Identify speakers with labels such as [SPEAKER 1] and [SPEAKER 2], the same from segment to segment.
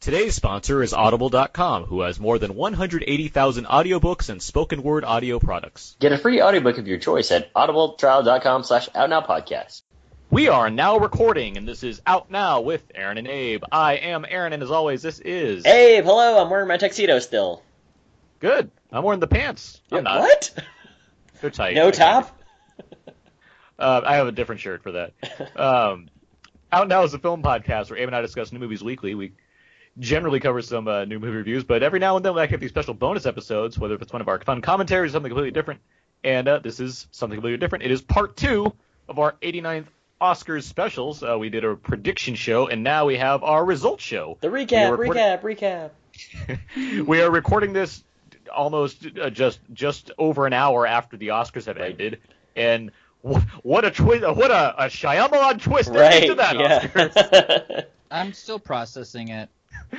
[SPEAKER 1] Today's sponsor is Audible.com, who has more than 180,000 audiobooks and spoken word audio products.
[SPEAKER 2] Get a free audiobook of your choice at audibletrial.com slash outnowpodcast.
[SPEAKER 1] We are now recording, and this is Out Now with Aaron and Abe. I am Aaron, and as always, this is.
[SPEAKER 2] Abe, hello, I'm wearing my tuxedo still.
[SPEAKER 1] Good. I'm wearing the pants. I'm not.
[SPEAKER 2] What?
[SPEAKER 1] They're tight.
[SPEAKER 2] No top?
[SPEAKER 1] Uh, I have a different shirt for that. Um, Out Now is a film podcast where Abe and I discuss new movies weekly. We generally cover some uh, new movie reviews, but every now and then we like to get these special bonus episodes, whether if it's one of our fun commentaries or something completely different. And uh, this is something completely different. It is part two of our 89th Oscars specials. Uh, we did a prediction show, and now we have our results show.
[SPEAKER 2] The recap,
[SPEAKER 1] We recorded-
[SPEAKER 2] recap, recap.
[SPEAKER 1] We are recording this almost uh, just just over an hour after the Oscars have ended, and wh- what a twist! What a, a Shyamalan twist they did
[SPEAKER 2] Right,
[SPEAKER 1] to that
[SPEAKER 2] yeah.
[SPEAKER 1] Oscars.
[SPEAKER 3] I'm still processing it.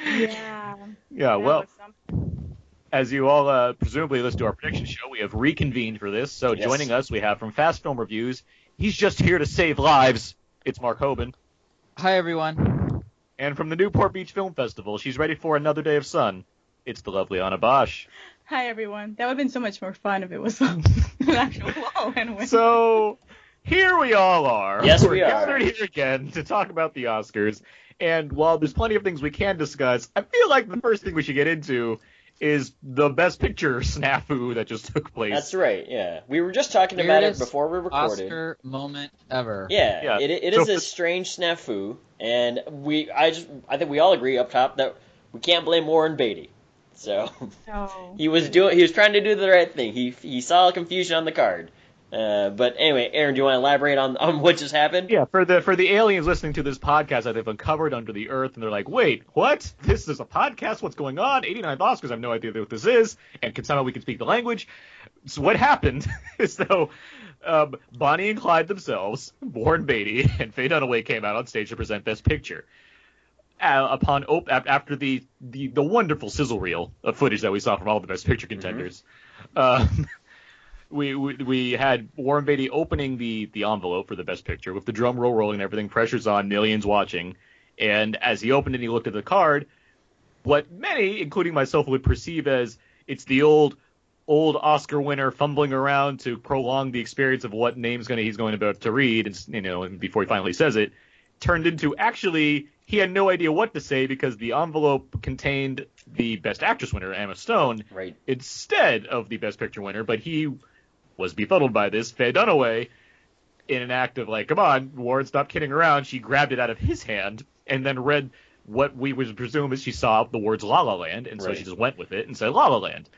[SPEAKER 4] Yeah.
[SPEAKER 1] Yeah,
[SPEAKER 4] that
[SPEAKER 1] Oh, well,
[SPEAKER 4] was some-
[SPEAKER 1] as you all uh, presumably listen to our prediction show, we have reconvened for this. So
[SPEAKER 2] Yes.
[SPEAKER 1] joining us, we have from Fast Film Reviews. He's just here to save lives. It's Mark Hoban.
[SPEAKER 3] Hi everyone.
[SPEAKER 1] And from the Newport Beach Film Festival, she's ready for another day of sun. It's the lovely Anna Bosch.
[SPEAKER 4] Hi everyone. That would have been so much more fun if it was an actual wall and win.
[SPEAKER 1] So here we all are.
[SPEAKER 2] Yes,
[SPEAKER 1] We're
[SPEAKER 2] we are.
[SPEAKER 1] gathered here again to talk about the Oscars. And while there's plenty of things we can discuss, I feel like the first thing we should get into is the Best Picture snafu that just took place.
[SPEAKER 2] That's right, yeah. We were just talking about it
[SPEAKER 3] Weirdest
[SPEAKER 2] before we recorded.
[SPEAKER 3] Oscar moment ever.
[SPEAKER 2] Yeah,
[SPEAKER 1] Yeah,
[SPEAKER 2] it, it
[SPEAKER 1] so
[SPEAKER 2] is
[SPEAKER 1] for-
[SPEAKER 2] a strange snafu, and we I just I think we all agree up top that we can't blame Warren Beatty. So
[SPEAKER 4] No.
[SPEAKER 2] he was doing he was trying to do the right thing. He he saw confusion on the card. Uh, but anyway, Aaron, do you want to elaborate on on what just happened?
[SPEAKER 1] Yeah, for the for the aliens listening to this podcast that they've uncovered under the earth, and they're like, "Wait, what? This is a podcast? What's going on? 89 Oscars? I have no idea what this is." And can somehow we can speak the language. So what happened is though, um, Bonnie and Clyde themselves, Warren Beatty and Faye Dunaway came out on stage to present Best Picture. Uh, upon op- ap- after the, the the wonderful sizzle reel of footage that we saw from all the Best Picture contenders. Um, we, we we had Warren Beatty opening the the envelope for the best picture with the drum roll rolling and everything. Pressure's on, millions watching, and as he opened it, he looked at the card. What many, including myself, would perceive as it's the old old Oscar winner fumbling around to prolong the experience of what name's gonna he's going about to read, and s- you know and before he finally says it, turned into actually he had no idea what to say because the envelope contained the best actress winner, Emma Stone
[SPEAKER 2] Right.
[SPEAKER 1] instead of the Best Picture winner, but he was befuddled by this. Faye Dunaway, in an act of like, come on, Warren, stop kidding around, she grabbed it out of his hand and then read what we would presume is she saw the words La La Land, and so
[SPEAKER 2] Right.
[SPEAKER 1] she just went with it and said La La Land.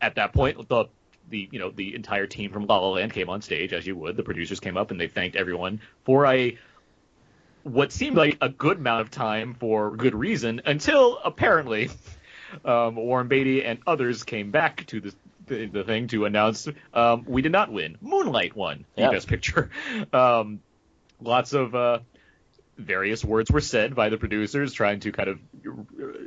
[SPEAKER 1] At that point, the the you know the entire team from La La Land came on stage as you would. The producers came up and they thanked everyone for a what seemed like a good amount of time for good reason until apparently um, Warren Beatty and others came back to the the, the thing to announce um, we did not win. Moonlight won the
[SPEAKER 2] Yeah.
[SPEAKER 1] best picture. Um, lots of uh, various words were said by the producers trying to kind of uh,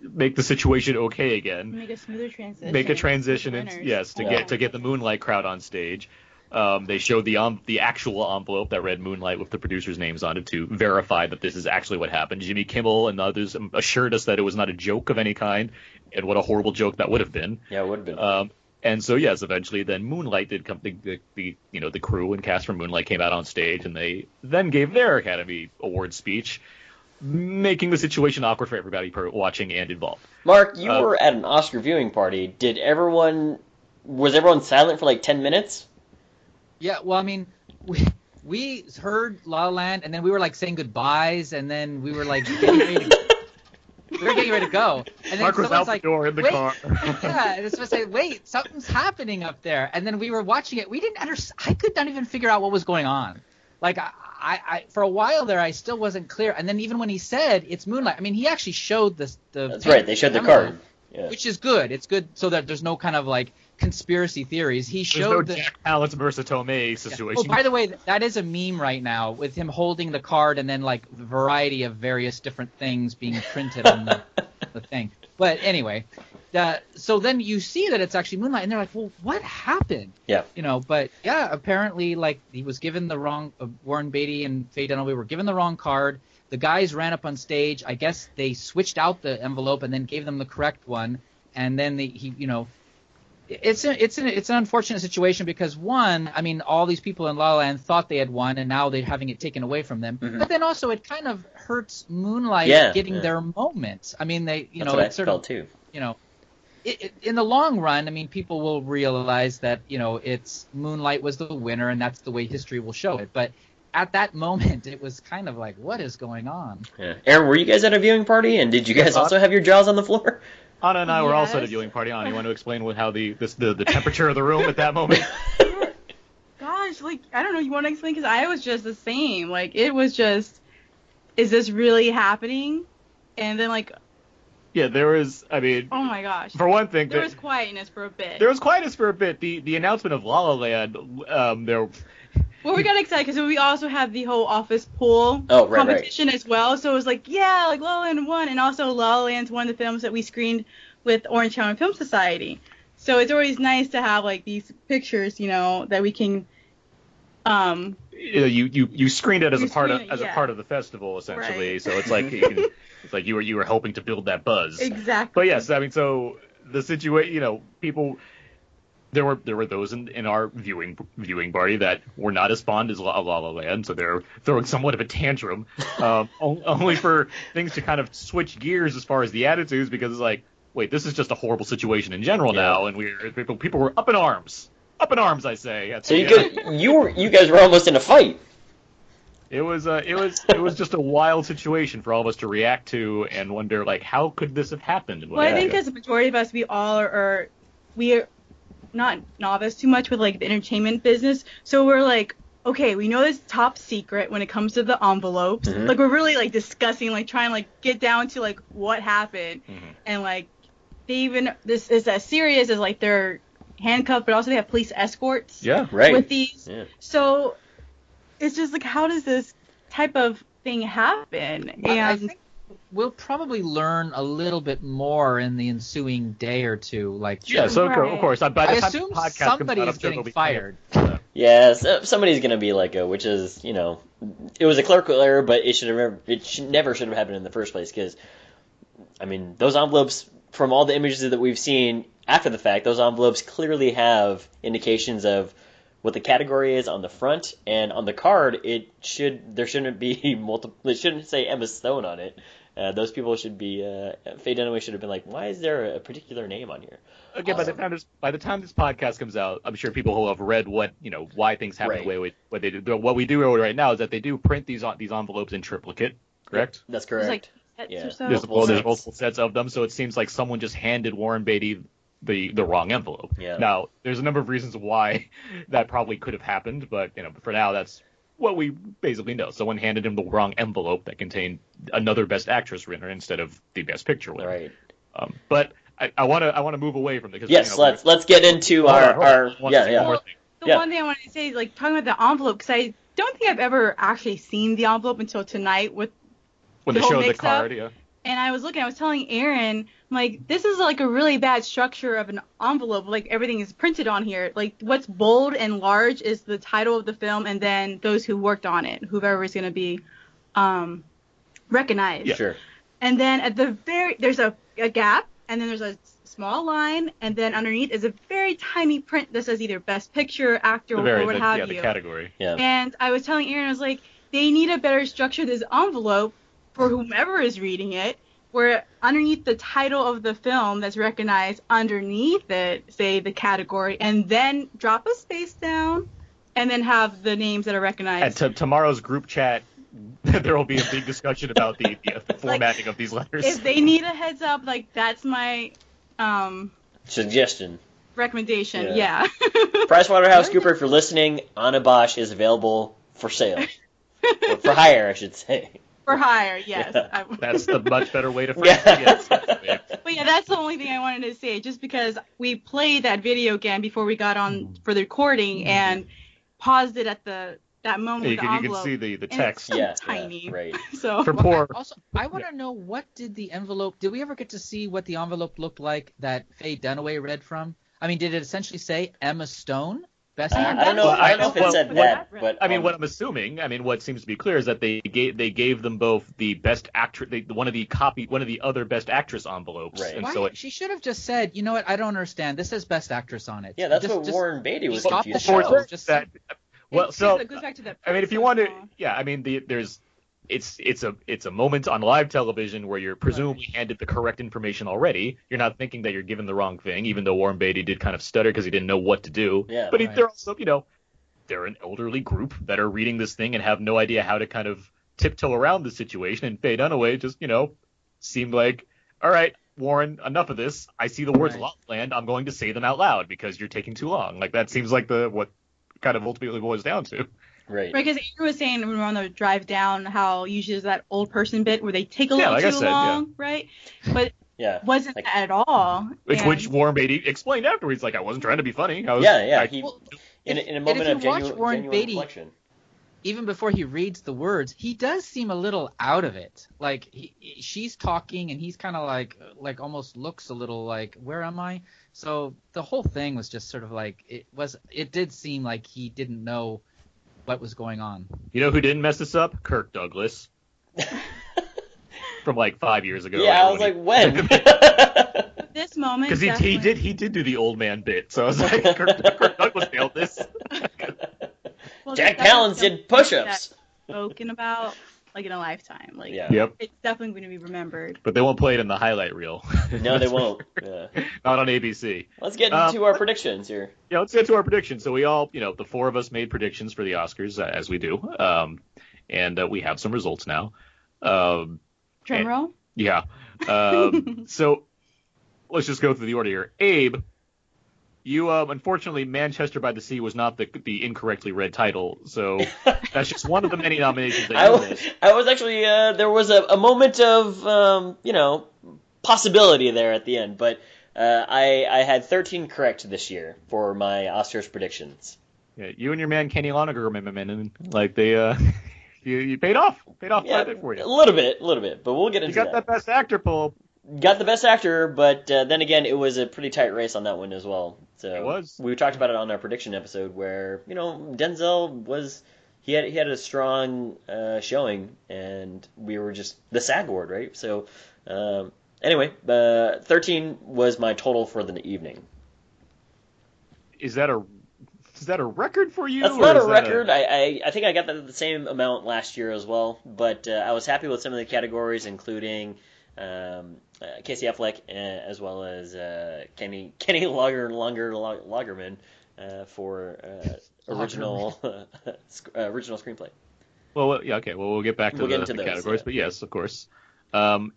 [SPEAKER 1] make the situation okay again
[SPEAKER 4] Make a smoother transition.
[SPEAKER 1] make a transition and
[SPEAKER 4] Winners.
[SPEAKER 1] yes to
[SPEAKER 4] Yeah.
[SPEAKER 1] get to get the moonlight crowd on stage um, they showed the um, the actual envelope that read moonlight with the producers names on it to verify that this is actually what happened jimmy kimmel and others um, assured us that it was not a joke of any kind and what a horrible joke that would have been
[SPEAKER 2] Yeah, it would have been.
[SPEAKER 1] um, and so yes, eventually then Moonlight did come. The, the, the you know the crew and cast from Moonlight came out on stage, and they then gave their Academy Award speech, making the situation awkward for everybody per- watching and involved.
[SPEAKER 2] Mark, you
[SPEAKER 1] uh,
[SPEAKER 2] were at an Oscar viewing party. Did everyone was everyone silent for like ten minutes?
[SPEAKER 3] Yeah, well I mean we we heard La La Land and then we were like saying goodbyes and then we were like getting ready to, we were getting ready to go. And then
[SPEAKER 1] Mark was
[SPEAKER 3] someone's
[SPEAKER 1] out
[SPEAKER 3] like,
[SPEAKER 1] the door in the
[SPEAKER 3] "Wait."
[SPEAKER 1] car.
[SPEAKER 3] yeah, and it's supposed to say, wait, something's happening up there. And then we were watching it. We didn't understand. I could not even figure out what was going on. Like I, I, I, for a while there, I still wasn't clear. And then even when he said it's moonlight, I mean, he actually showed this. The
[SPEAKER 2] That's right. They showed the
[SPEAKER 3] envelope,
[SPEAKER 2] card. Yeah.
[SPEAKER 3] which is good. It's good so that there's no kind of like conspiracy theories. He
[SPEAKER 1] There's
[SPEAKER 3] showed
[SPEAKER 1] no
[SPEAKER 3] the.
[SPEAKER 1] Jack Palance versus Tomei
[SPEAKER 3] Oh,
[SPEAKER 1] situation.
[SPEAKER 3] by the way, that is a meme right now with him holding the card and then like variety of various different things being printed on the, the thing. But anyway, uh, so then you see that it's actually Moonlight, and they're like, "Well, what happened?"
[SPEAKER 2] Yeah.
[SPEAKER 3] You know, but yeah, apparently like he was given the wrong uh, Warren Beatty and Faye Dunaway were given the wrong card. The guys ran up on stage. I guess they switched out the envelope and then gave them the correct one. And then the, he, you know, it's a, it's an it's an unfortunate situation because one, I mean, all these people in La La Land thought they had won, and now they're having it taken away from them.
[SPEAKER 2] Mhm.
[SPEAKER 3] But then also, it kind of hurts Moonlight
[SPEAKER 2] Yeah,
[SPEAKER 3] getting
[SPEAKER 2] yeah.
[SPEAKER 3] their moment. I mean, they you
[SPEAKER 2] That's
[SPEAKER 3] know
[SPEAKER 2] what I
[SPEAKER 3] it's sort of
[SPEAKER 2] felt too.
[SPEAKER 3] you know, it, it, in the long run, I mean, people will realize that you know it's Moonlight was the winner, and that's the way history will show it. But at that moment, it was kind of like, what is going on?
[SPEAKER 2] Yeah. Aaron, were you guys at a viewing party? And did you guys
[SPEAKER 1] Uh,
[SPEAKER 2] also have your jaws on the floor?
[SPEAKER 1] Anna and I were also at a
[SPEAKER 4] Yes.
[SPEAKER 1] viewing party. Anna, you want to explain what, how the this, the the temperature of the room at that moment?
[SPEAKER 4] Gosh, like I don't know. You want to explain? Because I was just the same. Like it was just, is this really happening? And then like,
[SPEAKER 1] yeah, there was. I mean,
[SPEAKER 4] oh my gosh,
[SPEAKER 1] for one thing,
[SPEAKER 4] there
[SPEAKER 1] the-
[SPEAKER 4] was quietness for a bit.
[SPEAKER 1] there was quietness for a bit. The the announcement of La La Land. Um, there
[SPEAKER 4] Well, we got excited because we also had the whole office pool
[SPEAKER 2] Oh, right,
[SPEAKER 4] competition as well. So it was like, yeah, like La La Land won, and also La La Land's one of the films that we screened with Orange County Film Society. So it's always nice to have like these pictures, you know, that we can. Um,
[SPEAKER 1] you know, you you, you screened it as
[SPEAKER 4] You
[SPEAKER 1] a part of
[SPEAKER 4] screen it,
[SPEAKER 1] as a
[SPEAKER 4] yeah.
[SPEAKER 1] part of the festival essentially.
[SPEAKER 4] Right.
[SPEAKER 1] So it's like you can, it's like you were you were hoping to build that buzz.
[SPEAKER 4] exactly.
[SPEAKER 1] But yes, I mean, so the situation, you know, people. There were there were those in, in our viewing viewing party that were not as fond as La La La Land, so they're throwing somewhat of a tantrum, um, on- only for things to kind of switch gears as far as the attitudes because it's like, wait, this is just a horrible situation in general
[SPEAKER 2] Yeah.
[SPEAKER 1] now, and we're people people were up in arms, up in arms, I say. at
[SPEAKER 2] So
[SPEAKER 1] the
[SPEAKER 2] you
[SPEAKER 1] end.
[SPEAKER 2] could, you were, you guys were almost in a fight.
[SPEAKER 1] It was uh, it was it was just a wild situation for all of us to react to and wonder like how could this have happened? and what
[SPEAKER 4] Well, I
[SPEAKER 1] have
[SPEAKER 4] think
[SPEAKER 1] you.
[SPEAKER 4] because the majority of us, we all are, are we are not novice too much with like the entertainment business, so we're like, okay, we know this top secret when it comes to the envelopes.
[SPEAKER 2] Mhm.
[SPEAKER 4] Like we're really like discussing, like trying like get down to like what happened, and like they even this is as serious as like they're handcuffed, but also they have police escorts
[SPEAKER 1] yeah,
[SPEAKER 2] Right.
[SPEAKER 4] with these.
[SPEAKER 2] Yeah.
[SPEAKER 4] So it's just like, how does this type of thing happen?
[SPEAKER 3] I- I
[SPEAKER 4] And
[SPEAKER 3] think we'll probably learn a little bit more in the ensuing day or two. Like,
[SPEAKER 1] Yeah, so of cour- of
[SPEAKER 4] Right.
[SPEAKER 1] course, I, by the
[SPEAKER 3] I
[SPEAKER 1] time
[SPEAKER 3] assume
[SPEAKER 1] the podcast
[SPEAKER 3] somebody
[SPEAKER 1] comes out,
[SPEAKER 3] is
[SPEAKER 1] I'm sure they'll
[SPEAKER 3] getting
[SPEAKER 1] be kind of-
[SPEAKER 3] fired.
[SPEAKER 2] Yeah, so uh, somebody's gonna be let go, which is you know, it was a clerical error, but it should have never- it should, never should have happened in the first place because, I mean, those envelopes from all the images that we've seen after the fact, those envelopes clearly have indications of what the category is on the front and on the card. It should there shouldn't be multiple. It shouldn't say Emma Stone on it. Uh, those people should be. Uh, Faye Dunaway should have been like, why is there a particular name on here?
[SPEAKER 1] Again, by the
[SPEAKER 2] Awesome.
[SPEAKER 1] time this by the time this podcast comes out, I'm sure people will have read what you know why things happen
[SPEAKER 2] Right.
[SPEAKER 1] the way we, what they do. What we do right now is that they do print these on these envelopes in triplicate, correct?
[SPEAKER 2] That's correct.
[SPEAKER 4] there's like sets
[SPEAKER 2] Yeah.
[SPEAKER 4] or so.
[SPEAKER 1] There's,
[SPEAKER 2] Multiple
[SPEAKER 1] well, there's
[SPEAKER 2] sets.
[SPEAKER 1] multiple sets of them, so it seems like someone just handed Warren Beatty the the wrong envelope.
[SPEAKER 2] Yeah.
[SPEAKER 1] Now, there's a number of reasons why that probably could have happened, but you know, for now, that's what we basically know. Someone handed him the wrong envelope that contained another Best Actress winner instead of the Best Picture winner.
[SPEAKER 2] right.
[SPEAKER 1] Um, but I want to I want to move away from it because
[SPEAKER 2] Yes, let's let's get into
[SPEAKER 1] Oh, Hold
[SPEAKER 2] our,
[SPEAKER 1] on, hold on.
[SPEAKER 2] our
[SPEAKER 1] One-
[SPEAKER 2] yeah
[SPEAKER 1] one
[SPEAKER 2] yeah.
[SPEAKER 1] more thing.
[SPEAKER 4] The
[SPEAKER 2] Yeah.
[SPEAKER 4] one thing I wanted to say is like talking about the envelope because I don't think I've ever actually seen the envelope until tonight with
[SPEAKER 1] When
[SPEAKER 4] The
[SPEAKER 1] they
[SPEAKER 4] whole
[SPEAKER 1] showed the
[SPEAKER 4] mix-up.
[SPEAKER 1] card, yeah.
[SPEAKER 4] and I was looking I was telling Aaron I'm like this is like a really bad structure of an envelope like everything is printed on here like what's bold and large is the title of the film and then those who worked on it whoever is going to be um recognized
[SPEAKER 2] Sure.
[SPEAKER 4] and then at the very there's a, a gap and then there's a s- small line and then underneath is a very tiny print that says either best picture actor
[SPEAKER 1] The
[SPEAKER 4] or
[SPEAKER 1] very
[SPEAKER 4] what
[SPEAKER 1] the,
[SPEAKER 4] have
[SPEAKER 1] yeah,
[SPEAKER 4] you
[SPEAKER 1] the category.
[SPEAKER 2] Yeah.
[SPEAKER 4] And I was telling Aaron, I was like, they need a better structure this envelope for whomever is reading it, where underneath the title of the film that's recognized, underneath it, say the category, and then drop a space down, and then have the names that are
[SPEAKER 1] At
[SPEAKER 4] recognized.
[SPEAKER 1] t- tomorrow's group chat, there will be a big discussion about the, the, the formatting of these letters.
[SPEAKER 4] if they need a heads up, like that's my um,
[SPEAKER 2] Suggestion.
[SPEAKER 4] recommendation.
[SPEAKER 2] Yeah.
[SPEAKER 4] Yeah.
[SPEAKER 2] PricewaterhouseCooper, if you're listening, Anna Bosch is available for sale. Or for hire, I should say.
[SPEAKER 4] for hire, yes.
[SPEAKER 2] Yeah.
[SPEAKER 4] I-
[SPEAKER 1] That's the much better way to phrase
[SPEAKER 2] Yeah.
[SPEAKER 1] it. Yes.
[SPEAKER 4] But yeah, that's the only thing I wanted to say, just because we played that video game before we got
[SPEAKER 1] Mm-hmm.
[SPEAKER 4] on for the recording and paused it at the that moment.
[SPEAKER 1] You
[SPEAKER 4] with the
[SPEAKER 1] can, you can
[SPEAKER 4] envelope.
[SPEAKER 1] see the, the
[SPEAKER 4] And it's
[SPEAKER 1] text.
[SPEAKER 4] so
[SPEAKER 2] Yeah,
[SPEAKER 4] tiny.
[SPEAKER 2] yeah, right.
[SPEAKER 4] So
[SPEAKER 1] For
[SPEAKER 3] Well,
[SPEAKER 1] poor.
[SPEAKER 3] I- also, I want to know what did the envelope? Did we ever get to see what the envelope looked like that Faye Dunaway read from? I mean, did it essentially say Emma Stone? Best
[SPEAKER 2] Uh,
[SPEAKER 3] actor.
[SPEAKER 2] I don't know.
[SPEAKER 1] Well,
[SPEAKER 2] I don't know if
[SPEAKER 1] I-
[SPEAKER 2] it said
[SPEAKER 1] well,
[SPEAKER 2] that,
[SPEAKER 4] what-
[SPEAKER 2] but
[SPEAKER 1] I mean,
[SPEAKER 2] um,
[SPEAKER 1] what I'm assuming, I mean, what seems to be clear is that they gave they gave them both the best actress, they, one of the copy, one of the other best actress envelopes,
[SPEAKER 2] Right.
[SPEAKER 1] and
[SPEAKER 3] Why,
[SPEAKER 1] so it,
[SPEAKER 3] she should have just said, you know what? I don't understand. This says best actress on it.
[SPEAKER 2] Yeah, that's
[SPEAKER 3] Just-
[SPEAKER 2] what
[SPEAKER 3] just-
[SPEAKER 2] Warren Beatty was
[SPEAKER 3] stop the
[SPEAKER 2] confused.
[SPEAKER 3] show.
[SPEAKER 2] about.
[SPEAKER 1] Well,
[SPEAKER 3] just-
[SPEAKER 1] that, well,
[SPEAKER 4] It's-
[SPEAKER 1] so
[SPEAKER 4] it goes back to that
[SPEAKER 1] I mean, if you
[SPEAKER 4] personal-
[SPEAKER 1] want to, yeah, I mean, the, there's, it's it's a it's a moment on live television where you're presumably handed the correct information already. You're not thinking that you're given the wrong thing, even though Warren Beatty did kind of stutter because he didn't know what to do.
[SPEAKER 2] Yeah.
[SPEAKER 1] but he,
[SPEAKER 3] Right.
[SPEAKER 1] they're also, you know, they're an elderly group that are reading this thing and have no idea how to kind of tiptoe around the situation. And Faye Dunaway just, you know, seemed like, all right, Warren, enough of this. I see the words
[SPEAKER 3] Right.
[SPEAKER 1] right. land. I'm going to say them out loud because you're taking too long. Like that seems like the what kind of ultimately boils down to.
[SPEAKER 2] Right.
[SPEAKER 4] Right, because Andrew was saying when we were on the drive down how usually there's that old person bit where they take a
[SPEAKER 1] Yeah,
[SPEAKER 4] little
[SPEAKER 1] like I
[SPEAKER 4] too
[SPEAKER 1] said, yeah.
[SPEAKER 4] long, right?
[SPEAKER 2] Yeah.
[SPEAKER 4] Wasn't
[SPEAKER 2] Like-
[SPEAKER 4] that at all.
[SPEAKER 1] Which
[SPEAKER 4] and-
[SPEAKER 1] which Warren Beatty explained afterwards, like I wasn't trying to be funny. I was,
[SPEAKER 2] Yeah. Yeah.
[SPEAKER 1] I-
[SPEAKER 2] He
[SPEAKER 3] Well,
[SPEAKER 2] in, a-
[SPEAKER 3] if-
[SPEAKER 2] in a
[SPEAKER 3] and if
[SPEAKER 2] moment
[SPEAKER 3] you
[SPEAKER 2] of
[SPEAKER 3] watch
[SPEAKER 2] genuine,
[SPEAKER 3] Warren
[SPEAKER 2] genuine
[SPEAKER 3] Beatty-
[SPEAKER 2] reflection.
[SPEAKER 3] even before he reads the words, he does seem a little out of it. Like he, he- she's talking, and he's kind of like, like almost looks a little like, "Where am I?" So the whole thing was just sort of like it was. It did seem like he didn't know what was going on.
[SPEAKER 1] you know who didn't mess this up? Kirk Douglas. From like five years ago.
[SPEAKER 2] Yeah. I was like, when?
[SPEAKER 4] This moment.
[SPEAKER 1] because he, he
[SPEAKER 4] definitely-
[SPEAKER 1] did he did do the old man bit, so I was like, Kirk, Kirk Douglas nailed this.
[SPEAKER 4] well,
[SPEAKER 2] Jack
[SPEAKER 4] that was
[SPEAKER 2] Palance
[SPEAKER 4] something
[SPEAKER 2] did push-ups.
[SPEAKER 4] that Spoken about like in a lifetime. Like
[SPEAKER 2] Yeah.
[SPEAKER 1] Yep.
[SPEAKER 4] it's definitely going to be remembered.
[SPEAKER 1] But they won't play it in the highlight reel.
[SPEAKER 2] No, they won't. Yeah.
[SPEAKER 1] Not on ABC.
[SPEAKER 2] Let's get
[SPEAKER 1] Um,
[SPEAKER 2] into our predictions here.
[SPEAKER 1] Yeah, let's get to our predictions. So we all, you know, the four of us made predictions for the Oscars uh, as we do, um, and uh, we have some results now. Um,
[SPEAKER 4] Drum
[SPEAKER 1] Yeah.
[SPEAKER 4] roll.
[SPEAKER 1] yeah. Um, so let's just go through the order here. Abe, you um, unfortunately Manchester by the Sea was not the the incorrectly read title, so that's just one of the many nominations. That
[SPEAKER 2] I
[SPEAKER 1] you
[SPEAKER 2] was,
[SPEAKER 1] missed.
[SPEAKER 2] I was actually uh, there was a, a moment of um, you know possibility there at the end, but uh, I I had 13 correct this year for my Oscars predictions.
[SPEAKER 1] Yeah, you and your man Kenny Lonergan, man, man, and like they, uh, you, you paid off, paid off quite
[SPEAKER 2] Yeah,
[SPEAKER 1] a bit for
[SPEAKER 2] a
[SPEAKER 1] you.
[SPEAKER 2] little bit, a little bit, but we'll get
[SPEAKER 1] You
[SPEAKER 2] into
[SPEAKER 1] got that best actor poll.
[SPEAKER 2] Got the best actor, but uh, then again, it was a pretty tight race on that one as well. So
[SPEAKER 1] It was.
[SPEAKER 2] We talked about it on our prediction episode where you know Denzel was he had he had a strong uh, showing, and we were just the SAG award, right? So um, anyway, uh, thirteen was my total for the evening.
[SPEAKER 1] Is that a is that a record for you?
[SPEAKER 2] That's
[SPEAKER 1] or
[SPEAKER 2] not
[SPEAKER 1] is
[SPEAKER 2] a
[SPEAKER 1] that
[SPEAKER 2] record. I I, I think I got that the same amount last year as well, but uh, I was happy with some of the categories, including um, uh, Casey Affleck uh, as well as uh, Kenny Kenny Lager Longer Lagerman uh, for uh, original sc- uh, original screenplay.
[SPEAKER 1] Well, well, yeah, okay. Well, we'll get back to
[SPEAKER 2] We'll
[SPEAKER 1] the,
[SPEAKER 2] get into
[SPEAKER 1] the
[SPEAKER 2] those,
[SPEAKER 1] categories,
[SPEAKER 2] yeah.
[SPEAKER 1] but yes, of course. Um,